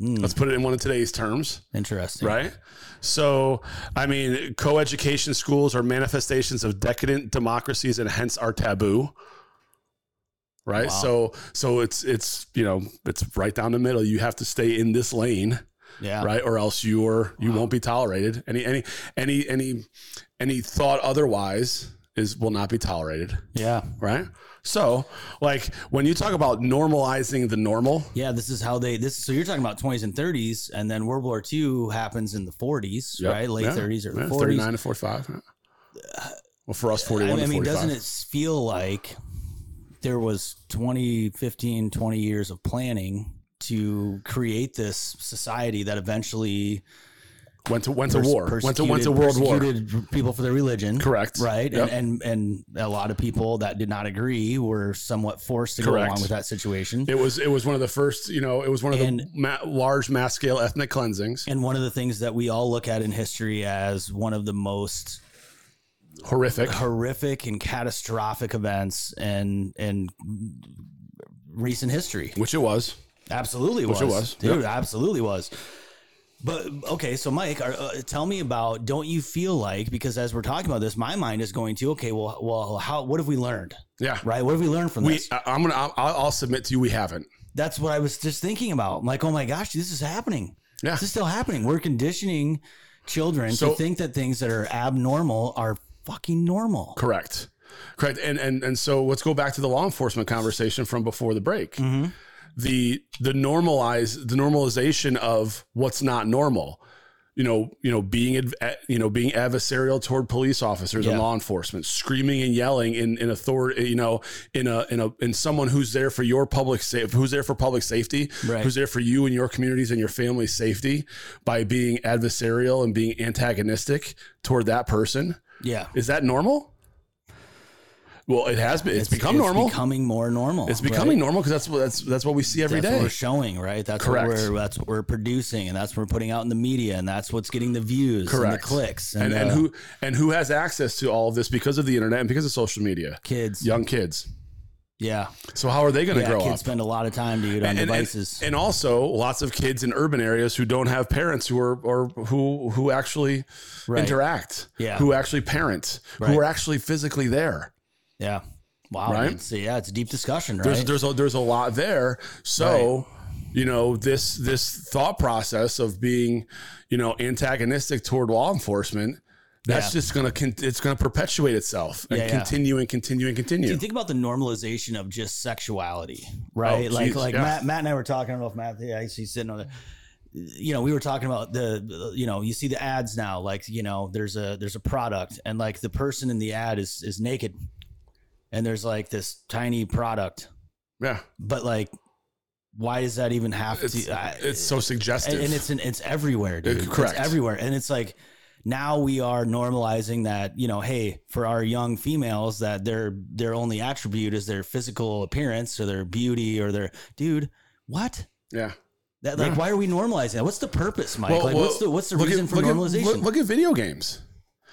Let's put it in one of today's terms,
Hmm, Interesting.
right? So, I mean, coeducation schools are manifestations of decadent democracies, and hence are taboo. Right. So, so it's it's you know it's right down the middle. You have to stay in this lane.
Yeah.
right or else you're you won't be tolerated any any any any any thought otherwise is will not be tolerated
Yeah.
right so like when you talk about normalizing the normal
Yeah, this is how they this so you're talking about 20s and 30s and then World War II happens in the 40s,
Yep.
right? Late
Yeah.
30s or
Yeah,
40s.
39 to 45 yeah. well for us 41
I mean, I
to
mean,
45
doesn't it feel like there was 20, 15, 20 years of planning to create this society that eventually
went to went to
pers-
war went to went to world
persecuted-
war
persecuted people for their religion.
Correct.
Right.
Yep.
And, and and a lot of people that did not agree were somewhat forced to go
Correct.
along with that situation.
it was it was one of the first you know it was one of
And-
the ma- large mass scale ethnic cleansings
and one of the things that we all look at in history as one of the most
horrific
horrific and catastrophic events in in recent history.
which it was
Absolutely
Which
was.
it was.
Dude, absolutely was. But okay, so Mike, are, uh, tell me about don't you feel like because as we're talking about this, my mind is going to okay, well, well, how what have we learned?
Yeah.
Right? What have we learned from
We,
this?
I, I'm gonna. I'll, I'll submit to you. We haven't.
That's what I was just thinking about. I'm like, oh my gosh, this is happening.
Yeah.
This is still happening. We're conditioning children
So-
to think that things that are abnormal are fucking normal.
Correct. Correct. And and and so let's go back to the law enforcement conversation from before the break.
Mm-hmm.
The the normalize the normalization of what's not normal. You know, you know, being adv- eh, you know being adversarial toward police officers and
Yeah.
law enforcement, screaming and yelling in in authority, you know, in a in a in someone who's there for your public safe, who's there for public safety,
Right.
who's there for you and your communities and your family's safety by being adversarial and being antagonistic toward that person.
Yeah.
Is that normal? Well, it has been. It's, become normal.
becoming more normal.
it's becoming normal because that's what that's that's what we see every
that's
day.
what we're showing, right? That's
Correct.
what we're that's what we're producing, and that's what we're putting out in the media, and that's what's getting the views, and the
Correct.
clicks,
and,
and,
and
the
who and who has access to all of this because of the internet and because of social media?
kids,
Young kids.
yeah,
So how are they going to
yeah,
grow
kids
up?
spend a lot of time, dude, on
And, and-
devices.
and also lots of kids in urban areas who don't have parents who are or who who actually
Right.
interact,
Yeah.
who actually parent,
Right.
who are actually physically there.
yeah, wow,
Right?
it's, yeah, it's a deep discussion, right?
there's there's a, there's a lot there. So, you know, this this thought process of being, you know, antagonistic toward law enforcement, that's
Yeah.
just gonna con- it's gonna perpetuate itself and
Yeah, yeah.
continue and continue and continue.
Dude, think about the normalization of just sexuality, right?
Oh,
like
geez,
like
yeah.
Matt, Matt and I were talking. I don't know if Matt, yeah, he's he's sitting on there. You know, we were talking about the, you know, you see the ads now. Like, you know, there's a there's a product, and like the person in the ad is is naked, and there's like this tiny product,
yeah,
but like, why does that even have
it's
to? I-
it's so suggestive.
and, and it's in, it's everywhere, dude.
Uh, correct.
It's everywhere, and it's like now we are normalizing that you know, hey, for our young females, that their their only attribute is their physical appearance or their beauty or their dude. What?
yeah.
That, like, why are we normalizing that? What's the purpose, Mike?
Well,
like,
well,
what's the what's the
look
reason
at-
for
look at-
normalization?
look, look at video games,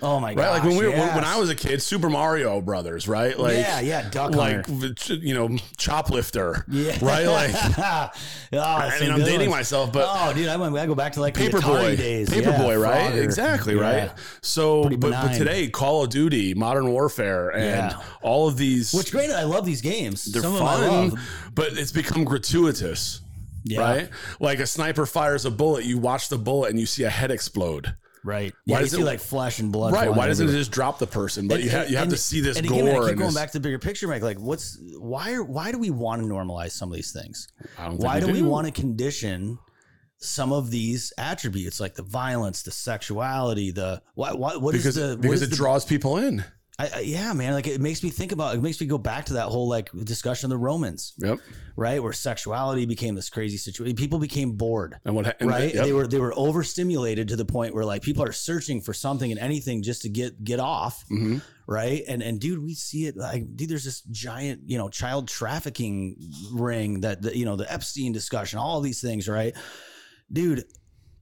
oh my god!
right? like when we were when, when I was a kid, Super Mario Brothers, right? Like
yeah, yeah, duck
like
hunter.
you know, choplifter,
yeah,
right? Like
oh,
I mean, I'm dating myself, but
oh, dude, I, went- I go back to like the Atari
Paperboy,
days.
Paperboy,
Yeah,
right?
Frogger.
Exactly,
Yeah.
right. So, but, but
benign.
today, Call of Duty, Modern Warfare, and
Yeah.
all of these,
Which granted, I love these games.
they're
Some of them I
fun,
love.
but it's become gratuitous,
Yeah.
right? Like a sniper fires a bullet, you watch the bullet, and you see a head explode.
Right.
Why
yeah, you
does
see
it-
like flesh and blood.
Right?
flying
Why doesn't it
everywhere.
just drop the person? But you have you have
And-
to see this
and
gore.
again, I keep
and
going
this-
back to the bigger picture, Mike. Like, what's why are why do we want to normalize some of these things?
I don't think
Why do we want to condition some of these attributes, like the violence, the sexuality, the why? why what is
Because
the what
because
is
it
the-
draws people in.
I, I, yeah, man. Like it makes me think about. It makes me go back to that whole like discussion of the Romans,
Yep.
right? Where sexuality became this crazy situation. People became bored.
And what? ha- And
right?
yep.
They were they were overstimulated to the point where like people are searching for something and anything just to get get off,
Mhm.
right? And and dude, we see it like dude, there's this giant you know child trafficking ring that the, you know the Epstein discussion, all these things, right? Dude,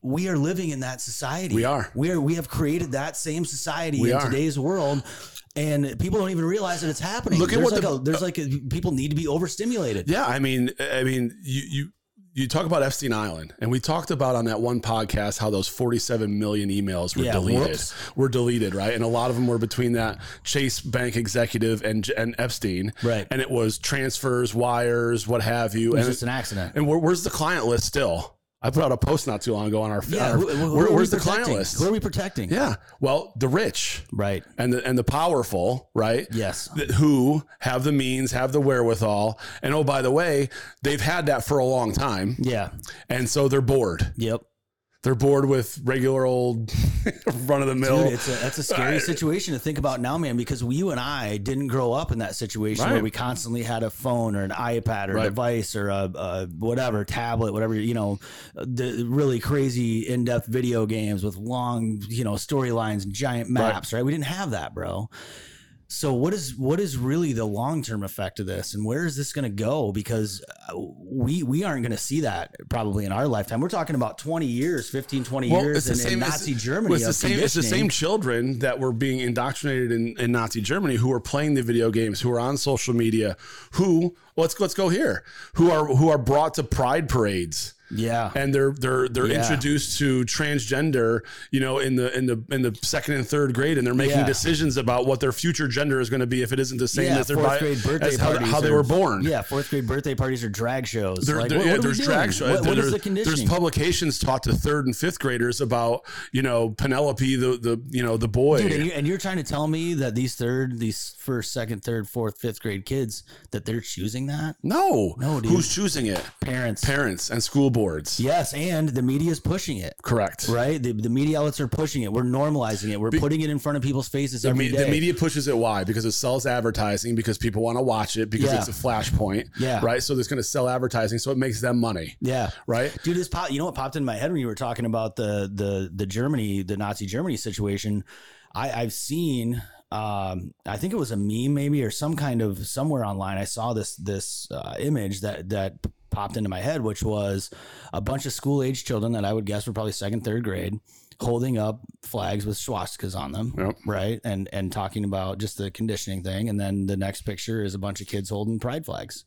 we are living in that society.
We are.
We are. We have created that same society
We
in
are.
today's world. And people don't even realize that it's happening.
Look at
there's
what
like
the-
a, there's like a, people need to be overstimulated.
Yeah, I mean, I mean, you you you talk about Epstein Island, and we talked about on that one podcast how those forty-seven million emails were
Yeah,
deleted,
whoops.
were deleted, right? And a lot of them were between that Chase Bank executive and and Epstein,
Right.
And it was transfers, wires, what have you,
It was
and
just an accident.
and where, where's the client list still? I put out a post not too long ago on our,
Yeah,
our-
who- who
where-
are we
where's the client
protecting?
list?
Who are we protecting?
yeah, well, the rich
Right.
and the and the powerful, right?
Yes.
that- who have the means, have the wherewithal, and oh by the way, they've had that for a long time,
Yeah.
and so they're bored.
Yep.
They're bored with regular old run of the mill.
Dude, it's a, that's a scary situation to think about now, man, because you and I didn't grow up in that situation
Right.
where we constantly had a phone or an iPad or
Right.
a device or a, a whatever tablet, whatever, you know, the really crazy in depth video games with long, you know, storylines and giant maps, right? We didn't have that, bro. So what is what is really the long term effect of this, and where is this going to go? Because uh, we we aren't going to see that probably in our lifetime. We're talking about twenty years, 15, 20 years in, in Nazi Germany.
well, It's the
of
same. It's the same
conditioning.
children that were being indoctrinated in, in Nazi Germany who are playing the video games, who are on social media, who let's let's go here, who are who are brought to pride parades.
Yeah.
and they're they're they're
Yeah.
introduced to transgender, you know, in the in the in the second and third grade, and they're making
Yeah.
decisions about what their future gender is going to be if it isn't the same
Yeah,
as their
fourth
bi-
grade birthday
as how,
parties
how they
are-
were born.
Yeah, fourth grade birthday parties or drag shows.
There-
like,
there-
what,
yeah,
what are we
there's
doing?
drag show-
What, what
there's-
is the
There's
conditioning?
publications taught to third and fifth graders about you know Penelope the the you know the boy.
Dude, and, you, and you're trying to tell me that these third, these first, second, third, fourth, fifth grade kids that they're choosing that
no,
No, dude.
who's choosing it?
parents.
Parents and school boards.
yes, and the media is pushing it.
Correct.
Right, the, the media outlets are pushing it. We're normalizing it. We're putting it in front of people's faces
The,
every
me-
day.
the media pushes it why because it sells advertising because people want to watch it because
Yeah.
it's a flashpoint
Yeah.
right so it's going to sell advertising so it makes them money
Yeah,
right
dude. This pop, you know what popped in my head when you were talking about the the the Germany, the Nazi Germany situation. I, I've seen, um, I think it was a meme maybe or some kind of somewhere online. I saw this this uh, image that that popped into my head, which was a bunch of school age children that I would guess were probably second third grade. Holding up flags with swastikas on them,
Yep.
right, and and talking about just the conditioning thing, and then the next picture is a bunch of kids holding pride flags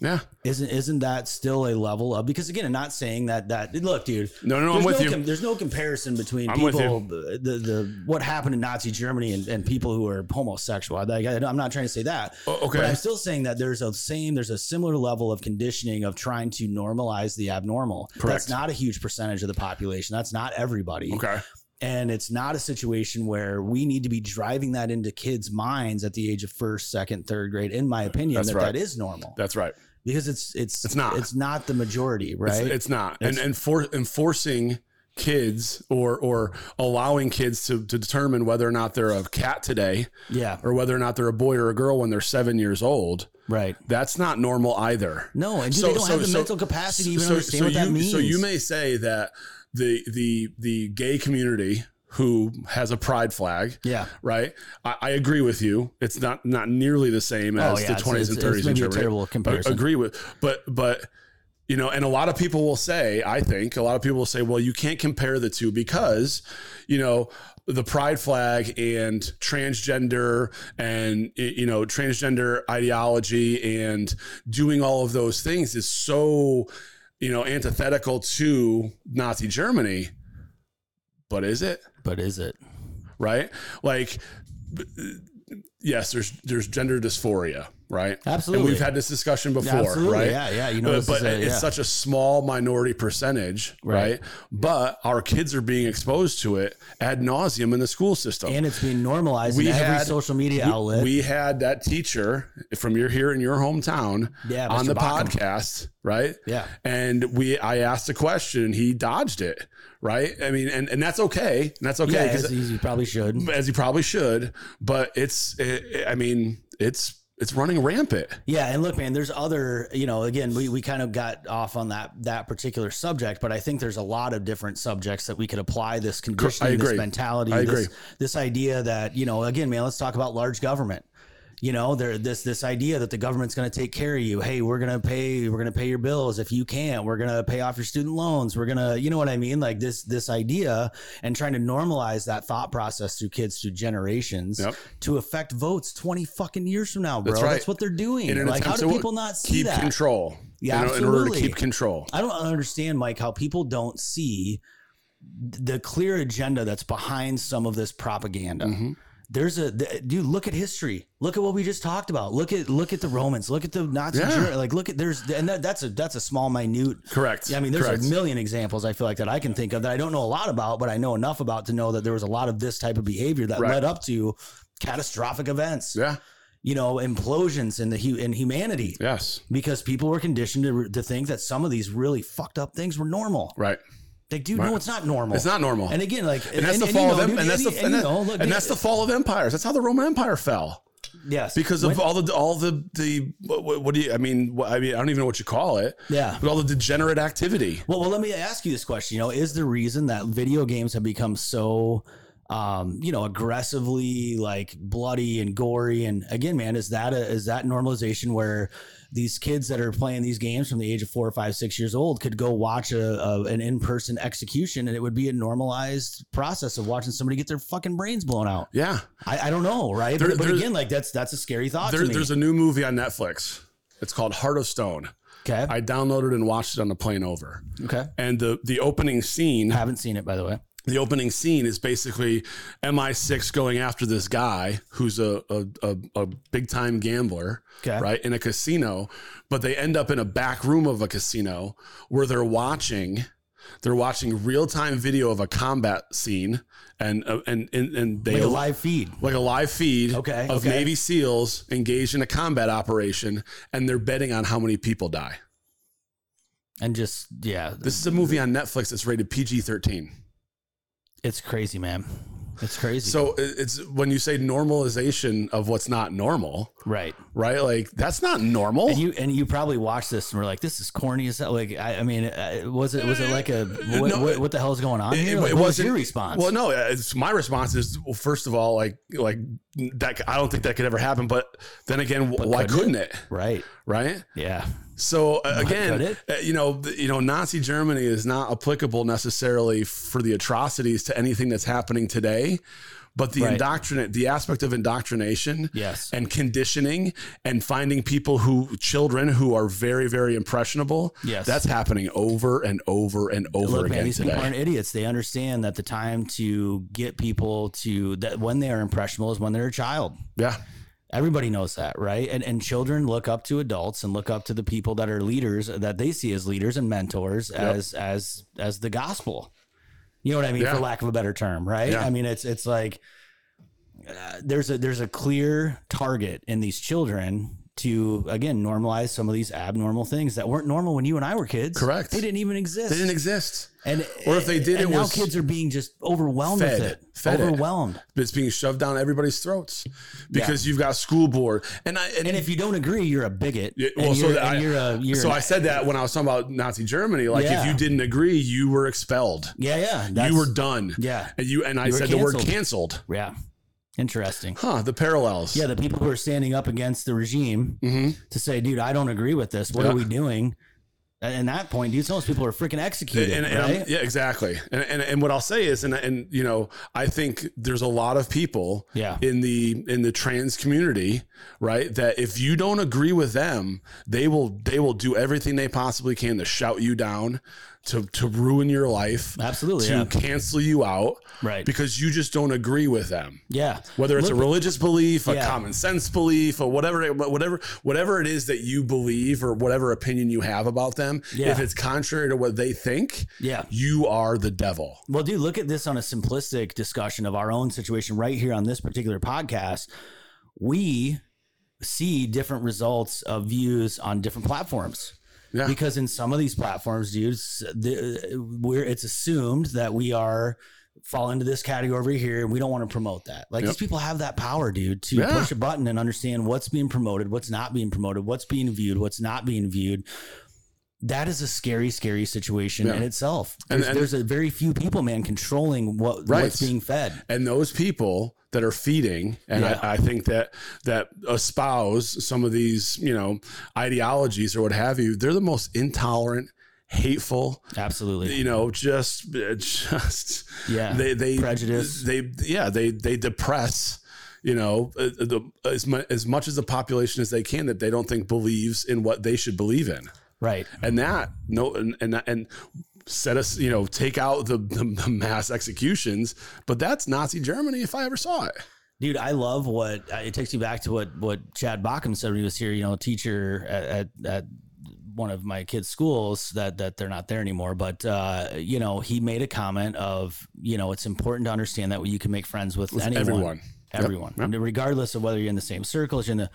yeah
isn't isn't that still a level of because again i'm not saying that that look dude
No, no, no, I'm
there's
with
no
you.
there's no comparison between
I'm with
people the, the what happened in nazi germany and, and people who are homosexual like, I, i'm not trying to say that
O- okay.
but i'm still saying that there's a same there's a similar level of conditioning of trying to normalize the abnormal
Correct.
that's not a huge percentage of the population that's not everybody
okay
and it's not a situation where we need to be driving that into kids minds at the age of first second third grade in my opinion
That's
that
right.
that is normal
that's right
because it's it's
It's not.
it's not the majority, right?
It's, it's not. and
It's-
and for enforcing kids or or allowing kids to, to determine whether or not they're a cat today
yeah,
or whether or not they're a boy or a girl when they're seven years old,
right.
that's not normal either.
No, and dude,
So-
they don't
so-
have the
so-
mental capacity to even
so-
understand
so
what that
you-
means.
So you may say that the the the gay community who has a pride flag
yeah.
right? I, I agree with you. It's not not nearly the same as
Oh, yeah,
the
it's-
twenties and
it's- it's
thirties in
maybe a
Germany.
terrible
I
comparison.
agree with, but but you know, and a lot of people will say, I think a lot of people will say, well, you can't compare the two because you know the pride flag and transgender and y- you know transgender ideology and doing all of those things is so you know antithetical to Nazi Germany. But is it?
But is it?
right? Like, b- yes, there's there's gender dysphoria, right?
Absolutely.
And we've had this discussion before,
absolutely.
right?
Yeah, yeah. You know,
But,
this
but
is a-
it's
yeah.
such a small minority percentage, right.
Right.
But our kids are being exposed to it ad nauseum in the school system.
and it's being normalized
We
in every
had-
social media
We-
outlet.
We had that teacher from your here in your hometown
Yeah,
on
Mr.
the
Bacham.
podcast, right?
Yeah.
And we I asked a question, he dodged it, right? I mean, and, and that's okay. And that's okay.
yeah,
'cause-
as you probably should.
as he probably should. But it's, it, I mean, it's it's running rampant.
Yeah, and look, man, there's other, you know, again, we, we kind of got off on that that particular subject, but I think there's a lot of different subjects that we could apply this conditioning, this
agree.
mentality,
I
this,
agree.
this idea that, you know, again, man, let's talk about large government. You know, there this this idea that the government's gonna take care of you. Hey, we're gonna pay, we're gonna pay your bills if you can't, we're gonna pay off your student loans, we're gonna you know what I mean? Like this this idea and trying to normalize that thought process through kids through generations
Yep.
to affect votes 20 fucking years from now, bro.
That's
That's,
right.
what they're doing.
In an
like, how
attempt
do
to
people not see
keep
that?
control. in,
Yeah,
in order to
absolutely.
keep control.
I don't understand, Mike, how people don't see the clear agenda that's behind some of this propaganda.
Mm-hmm.
There's a th- dude. Look at history. Look at what we just talked about. Look at look at the Romans. Look at the Nazi.
Yeah.
Germany. Like look at there's and that, that's a that's a small minute.
Correct.
Yeah, I mean, there's
Correct.
a million examples I feel like that I can think of that I don't know a lot about, but I know enough about to know that there was a lot of this type of behavior that
Right.
led up to catastrophic events.
yeah.
You know, implosions in the hu- in humanity
Yes.
because people were conditioned to, to think that some of these really fucked up things were normal.
Right.
Like, dude,
Right.
no, it's not normal.
It's not normal.
And again, like,
And that's the
you
fall of
know,
em-
dude,
and that's the
and,
and
you
that-
know, look,
and that's the fall of empires. That's how the Roman Empire fell
yes
because of all the all the the what, what- what do you? I mean, what, I mean, I don't even know what you call it.
Yeah.
But all the degenerate activity.
Well, well, let me ask you this question. You know, is the reason that video games have become so um, you know, aggressively like bloody and gory. And again, man, is that a, is that normalization where these kids that are playing these games from the age of four or five, six years old could go watch a, a an in person execution, and it would be a normalized process of watching somebody get their fucking brains blown out.
Yeah.
I, I don't know, right?
There-
but but
there's-
again, like that's that's a scary thought
There,
to me.
there's a new movie on Netflix. It's called Heart of Stone.
Okay,
I downloaded and watched it on the plane over.
okay.
And the the opening scene,
Haven't seen it by the way.
the opening scene is basically MI6 going after this guy who's a a, a, a big time gambler,
Okay.
right, in a casino. But they end up in a back room of a casino where they're watching. They're watching real time video of a combat scene, and uh, and and, and they
Like a live feed.
like a live feed
Okay,
of
okay.
Navy SEALs engaged in a combat operation, and they're betting on how many people die.
and just yeah
This is a movie on Netflix that's rated PG 13.
it's crazy man it's crazy
So it- it's when you say normalization of what's not normal,
right
right? Like, that's not normal.
and you and you probably watched this and were like this is corny as hell like i, I mean uh, was it was it like a what,
No,
what, what the hell is going on
It-
here
it
Like, what was
wasn't-
your response
Well, no, it's my response is well, first of all, like, like that. I don't think that could ever happen. But then again, wh- why
couldn't
couldn't it?
right
Right?
yeah
So uh,
could
again,
it?
uh, you know, th- you know, Nazi Germany is not applicable necessarily for the atrocities to anything that's happening today, but the
Right.
indoctrinate, the aspect of indoctrination,
Yes.
and conditioning, and finding people who children who are very, very impressionable,
Yes.
that's happening over and over and over
Look, man,
again
these people
today.
aren't idiots. They understand that the time to get people to that when they are impressionable is when they're a child.
Yeah,
Everybody knows that, right? And and children look up to adults and look up to the people that are leaders that they see as leaders and mentors as as as the gospel. You know what I mean,
Yeah.
for lack of a better term, right?
Yeah.
I mean, it's it's like uh, there's a there's a clear target in these children to again normalize some of these abnormal things that weren't normal when you and I were kids.
Correct.
They didn't even exist.
they didn't exist.
and
or if they did, it
and now
was
kids are being just overwhelmed
fed,
with it.
fed it.
overwhelmed.
It's being shoved down everybody's throats because you've got school board, and I
And if you don't agree, you're a bigot.
Yeah,
and
well, so
you're,
that
and
I-
you're a you're
so
an
I said that when I was talking about Nazi Germany. Like,
Yeah.
if you didn't agree, you were expelled.
Yeah, yeah. That's,
you were done.
Yeah.
And you and I
You were
said the word
canceled.
canceled.
Yeah. Interesting.
Huh? The parallels.
Yeah, the people who are standing up against the regime
Mhm.
to say, dude, I don't agree with this. What
Yeah.
are we doing? And and that point, dude, those people are freaking executed.
And, and I'm-
right?
yeah, exactly. And, and and what I'll say is, and and you know, I think there's a lot of people
Yeah.
in the in the trans community, right? That if you don't agree with them, they will they will do everything they possibly can to shout you down, to to ruin your life,
Absolutely.
to
Yeah.
cancel you out,
Right.
Because you just don't agree with them.
yeah.
whether it's a religious belief, a
Yeah.
common sense belief, or whatever, whatever, whatever it is that you believe or whatever opinion you have about them,
Yeah.
if it's contrary to what they think,
Yeah.
you are the devil.
Well, dude, look at this on a simplistic discussion of our own situation right here on this particular podcast. We see different results of views on different platforms.
Yeah.
Because in some of these platforms, dude, s- the, uh, we're, it's assumed that we are fall into this category over here and we don't want to promote that. Like
Yep.
these people have that power, dude, to
Yeah.
push a button and understand what's being promoted, what's not being promoted, what's being viewed, what's not being viewed that is a scary, scary situation
Yeah.
in itself.
And-
There's,
and-
there's a very few people, man, controlling what
Right.
what's being fed.
And those people that are feeding, and
Yeah.
I, I think that that espouse some of these, you know, ideologies or what have you, they're the most intolerant, hateful,
Absolutely.
you know, just just
Yeah.
they they
Prejudice.
they yeah they they depress you know uh, the, as much as much as the population as they can that they don't think believes in what they should believe in
right.
and that no and and, and set us you know take out the, the the mass executions but that's nazi germany if i ever saw it
Dude, I love what uh, it takes me back to what, what Chad Bacham said when he was here, you know, teacher at, at, at one of my kids' schools that, that they're not there anymore. But, uh, you know, he made a comment of, you know, it's important to understand that you can make friends with, anyone.
everyone
everyone, regardless of whether you're in the same circles. You're in the,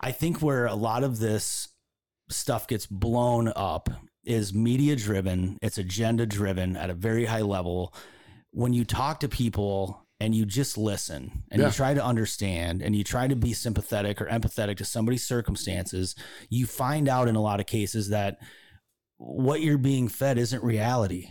I think where a lot of this stuff gets blown up is media driven. It's agenda driven at a very high level. When you talk to people and you just listen and
Yeah.
you try to understand and you try to be sympathetic or empathetic to somebody's circumstances, you find out in a lot of cases that what you're being fed isn't reality.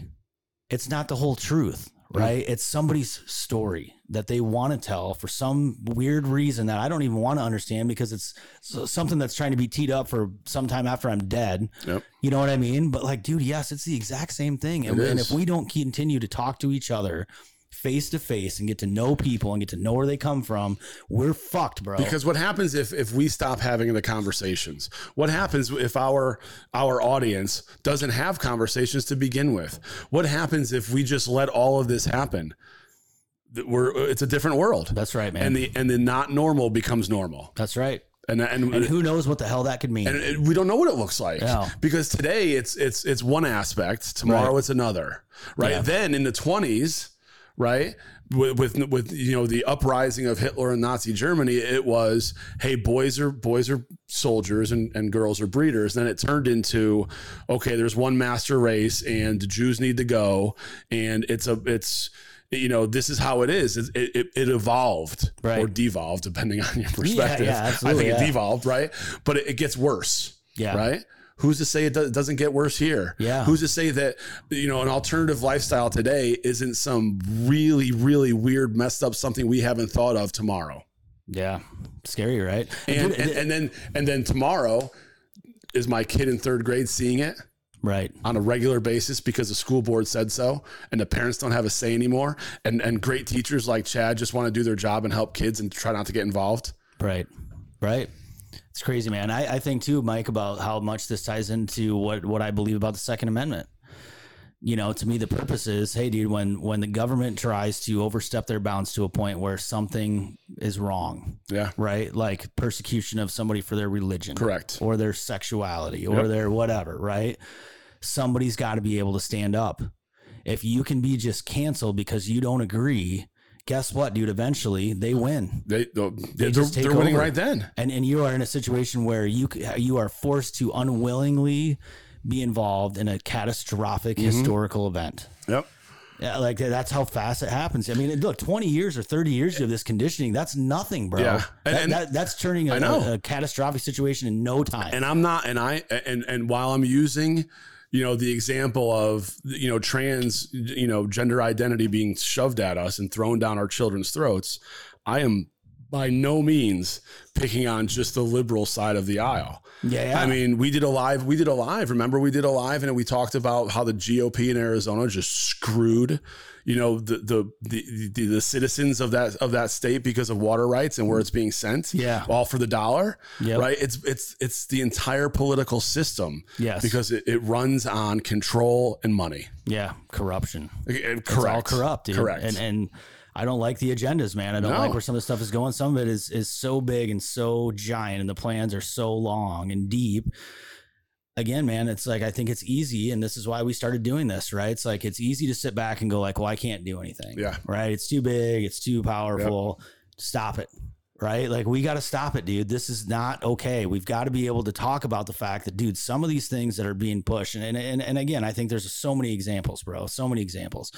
It's not the whole truth, right? It's somebody's story that they want to tell for some weird reason that I don't even want to understand because it's so- something that's trying to be teed up for sometime after I'm dead.
Yep.
You know what I mean? But like, dude, yes, it's the exact same thing. And,
It
and
is.
if we don't continue to talk to each other face to face and get to know people and get to know where they come from, we're fucked, bro.
Because what happens if if we stop having the conversations? What happens if our our audience doesn't have conversations to begin with? What happens if we just let all of this happen? That We're it's a different world,
that's right, man.
and the and the not normal becomes normal,
that's right.
and and.
And who knows what the hell that could mean?
and it- we don't know what it looks like
Yeah.
because today it's it's it's one aspect tomorrow it's another right then in the 20s right with, with with you know the uprising of hitler and nazi germany it was hey boys are boys are soldiers and, and girls are breeders then it turned into okay there's one master race and the jews need to go and it's a it's you know this is how it is it, it, it evolved or
Right.
devolved depending on your perspective i
absolutely,
think it
yeah.
evolved right but it, it gets worse
yeah.
right? Who's to say it do- doesn't get worse here?
Yeah.
Who's to say that you know an alternative lifestyle today isn't some really really weird messed up something we haven't thought of tomorrow?
Yeah. Scary, right?
And
Dude,
and, and then and then tomorrow is my kid in third grade seeing it
right.
on a regular basis because the school board said so and the parents don't have a say anymore and and great teachers like Chad just want to do their job and help kids and try not to get involved.
Right. Right. It's crazy, man. I, I think too, Mike, about how much this ties into what, what I believe about the Second Amendment. You know, to me the purpose is, hey dude, when when the government tries to overstep their bounds to a point where something is wrong,
Yeah.
right? Like persecution of somebody for their religion.
Correct.
Or their sexuality or their whatever, right? Somebody's got to be able to stand up. If you can be just canceled because you don't agree, guess what, dude? Eventually they win
They, they, are
just take
they're winning
over.
right then.
and and you are in a situation where you c- you are forced to unwillingly be involved in a catastrophic historical event.
Yep.
Yeah, like that- that's how fast it happens. I mean, it- look, twenty years or thirty years of this conditioning—that's nothing, bro.
Yeah. And-
that,
and-
that- that's turning
I
a,
know.
a, a catastrophic situation in no time.
and I'm not, and I, and and while I'm using, you know, the example of you know trans, you know, gender identity being shoved at us and thrown down our children's throats, I am by no means picking on just the liberal side of the aisle.
yeah, yeah.
I mean, we did a live, we did a live. Remember, we did a live, and we talked about how the GOP in Arizona just screwed, you know, the the the, the, the citizens of that of that state because of water rights and where it's being sent.
Yeah.
all for the dollar.
Yep.
right. It's it's it's the entire political system.
Yes.
because it, it runs on control and money.
yeah, corruption.
Correct.
It's all corrupt, dude.
Correct.
And and I don't like the agendas, man. I don't
No.
like where some of this stuff is going. Some of it is is so big and so giant, and the plans are so long and deep. Again, man, it's like I think it's easy, and this is why we started doing this, right? It's like it's easy to sit back and go, like, well, I can't do anything.
Yeah.
Right. It's too big, it's too powerful. Stop it. Right. Like we gotta stop it, dude. This is not okay. We've got to be able to talk about the fact that, dude, some of these things that are being pushed, and and and again, I think there's so many examples, bro. So many examples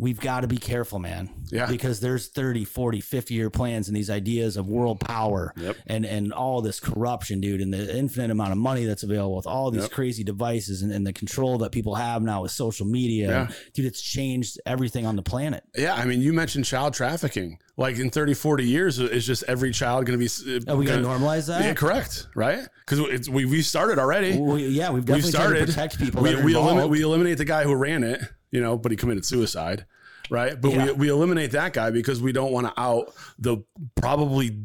we've got to be careful man
Yeah.
because there's 30 40 50 year plans and these ideas of world power
Yep.
and and all this corruption dude and the infinite amount of money that's available with all these
Yep.
crazy devices and, and the control that people have now with social media
Yeah.
And, dude it's changed everything on the planet
Yeah, I mean, you mentioned child trafficking. Like in 30, 40 years, uh, is just every child going to be? uh,
are Oh, we gonna
gonna-
normalize that
Yeah, correct. Right? Because we we started already.
We- yeah we've
We've
definitely tried
started.
to protect people
we,
that are
we,
involved.
eliminate, we eliminate the guy who ran it, you know, but he committed suicide, right? But we,
Yeah.
we eliminate that guy because we don't want to out the probably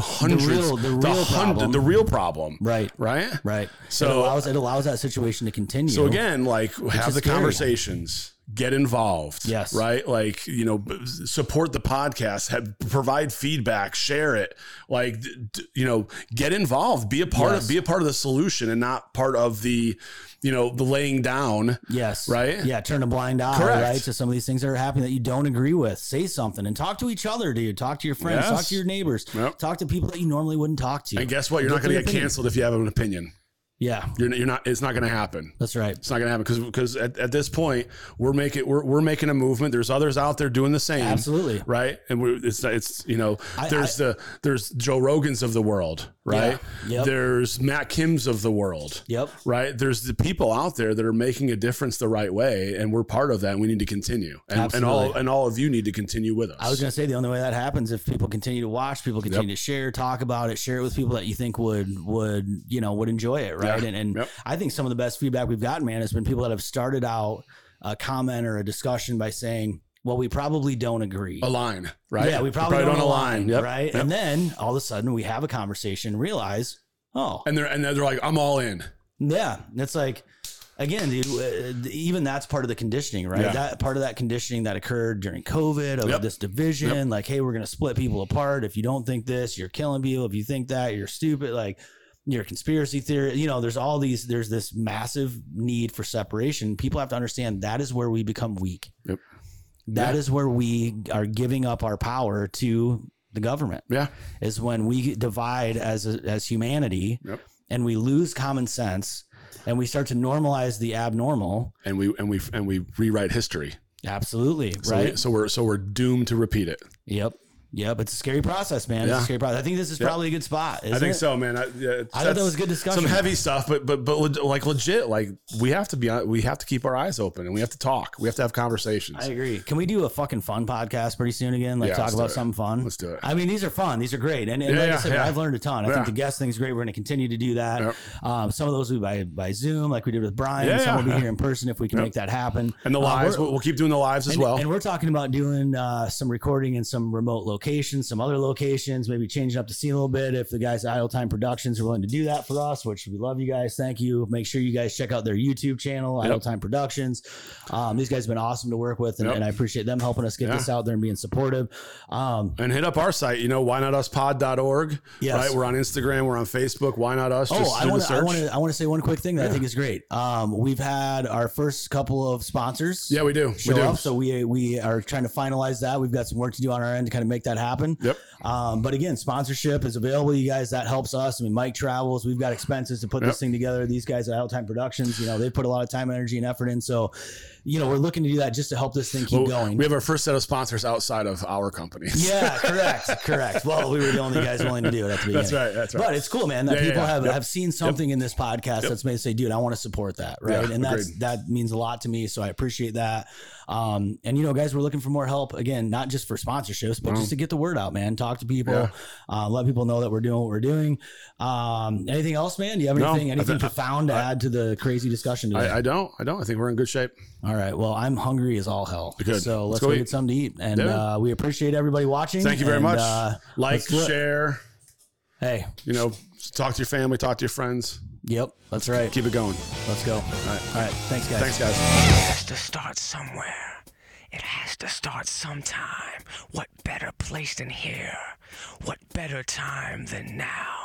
hundreds,
real- the real problem.
the real problem,
right
right?
right
So-
it allows it allows that situation to continue
So again, like have
is
the
scary.
conversations, get involved.
Yes.
Right. Like, you know, b- support the podcast, have, provide feedback, share it. Like, d- d- you know, get involved, be a part of,
Yes.
be a part of the solution and not part of the, you know, the laying down.
Yes.
Right?
Yeah. Turn a blind eye,
Correct.
right? To some of these things that are happening that you don't agree with. Say something and talk to each other, dude. Talk to your friends,
Yes.
talk to your neighbors,
Yep.
talk to people that you normally wouldn't talk to.
And guess what? You're not
Get
going to
your
get
opinion.
canceled if you have an opinion.
Yeah,
You're, you're not. It's not going to happen.
that's right.
It's not going to happen because at, at this point we're making we're, we're making a movement. There's others out there doing the same.
Absolutely.
Right. And we're, it's it's you know
I-
there's the there's Joe Rogans of the world. Right.
Yeah. Yep.
There's Matt Kims of the world.
Yep.
Right. There's the people out there that are making a difference the right way, and we're part of that. and We need to continue, and, and all
Absolutely.
and all of you need to continue with us.
I was gonna say the only way that happens if people continue to watch, people continue to share, talk about it, share it with people that you think would would you know would enjoy it, right?
Yeah.
And and
Yep.
I think some of the best feedback we've gotten, man, has been people that have started out a comment or a discussion by saying, "Well, we probably don't agree."
align. Oh, Right.
Yeah, we probably, don't align,
Yep.
right?
Yep.
And then all of a sudden we have a conversation, realize, oh,
And they're and they're like, I'm all in.
yeah, and it's like again, dude, uh, even that's part of the conditioning, right?
Yeah.
That part of that conditioning that occurred during COVID of
Yep.
this division, like, hey, we're gonna split people apart. If you don't think this, you're killing people. If you think that, you're stupid. Like. Your conspiracy theory, you know, there's all these, there's this massive need for separation. People have to understand that is where we become weak.
Yep.
That is
Yeah.
where we are giving up our power to the government
Yeah.
is when we divide as a, as humanity
Yep.
and we lose common sense and we start to normalize the abnormal
And we and we and we rewrite history.
absolutely
So
right
We, so we're so we're doomed to repeat it.
yep yep it's a scary process man it's
Yeah.
a scary process i think this is
Yep.
probably a good spot
I
isn't
think
it?
so, man. I, yeah, it's-
i thought
that's
that was a good discussion
Some heavy stuff, but but but le- like legit, like we have to be on. We have to keep our eyes open, and we have to talk. We have to have conversations.
I agree. Can we do a fucking fun podcast pretty soon again? Like
Yeah,
talk
let's
about
do it.
something fun.
Let's do it.
I mean, these are fun. These are great. And, and
Yeah,
like I
yeah,
said,
yeah.
I've learned a ton. I
Yeah.
think the guest thing's great. We're going to continue to do that.
Yep.
Um, some of those will be by, by Zoom, like we did with Brian.
Yeah,
some
yeah.
will be here in person if we can make that happen.
and the
Uh,
lives,
we're-
we'll, we'll keep doing the lives as
and,
well.
and we're talking about doing uh, some recording in some remote locations, some other locations, maybe changing up the scene a little bit. If the guys at Idle Time Productions are willing to do that for us, which we love you guys. Thank you. Make sure you guys check out their YouTube channel, Idle Time Productions. Um, these guys have been awesome to work with, and,
Yep.
and I appreciate them helping us get
Yeah.
this out there and being supportive. Um,
and hit up our site, you know, why not uspod.org.
Yes.
Right. We're on Instagram, we're on Facebook, why not us?
Oh,
Just
I
do the
want to. I
search.
want to. I want to say one quick thing that I think is great. Um, we've had our first couple of sponsors.
yeah, we do. We
show
do.
up. So we we are trying to finalize that. We've got some work to do on our end to kind of make that happen.
Yep.
Um, but again, sponsorship is available. You guys, that helps us. I mean, Mike travels. We've got expenses to put
Yep.
this thing together. These guys at Idle Time Productions, you know, they put a lot of time, energy, and effort in. So, you know, we're looking to do that just to help this thing keep
Well,
going.
We have our first set of sponsors outside of our company.
yeah, correct, correct. Well, we were the only guys willing to do it at the beginning.
That's right. That's right.
But it's cool, man, that
Yeah, yeah,
people
yeah.
have,
Yep.
have seen something in this podcast that's made us say, dude, I want to support that. Right.
Yeah,
and that's
agreed.
that means a lot to me. So I appreciate that. Um, and you know, guys, we're looking for more help again, not just for sponsorships, but just to get the word out, man. Talk to people,
Yeah.
uh, let people know that we're doing what we're doing. Um, anything else, man? Do you have
No,
anything
I
anything
think-
profound to add to the crazy discussion today?
I, I don't. I don't. I think we're in good shape.
All right. Well, I'm hungry as all hell.
Good.
So
Let's
let's,
go
go
eat.
get something to eat. And
Yeah.
uh, we appreciate everybody watching.
Thank you very
And,
much.
uh,
like,
let's look.
share,
hey,
you know, talk to your family, talk to your friends.
yep, that's right.
Keep it going.
Let's go. All right. All right. Thanks, guys.
Thanks, guys.
has to start somewhere. It has to start sometime. What better place than here? What better time than now?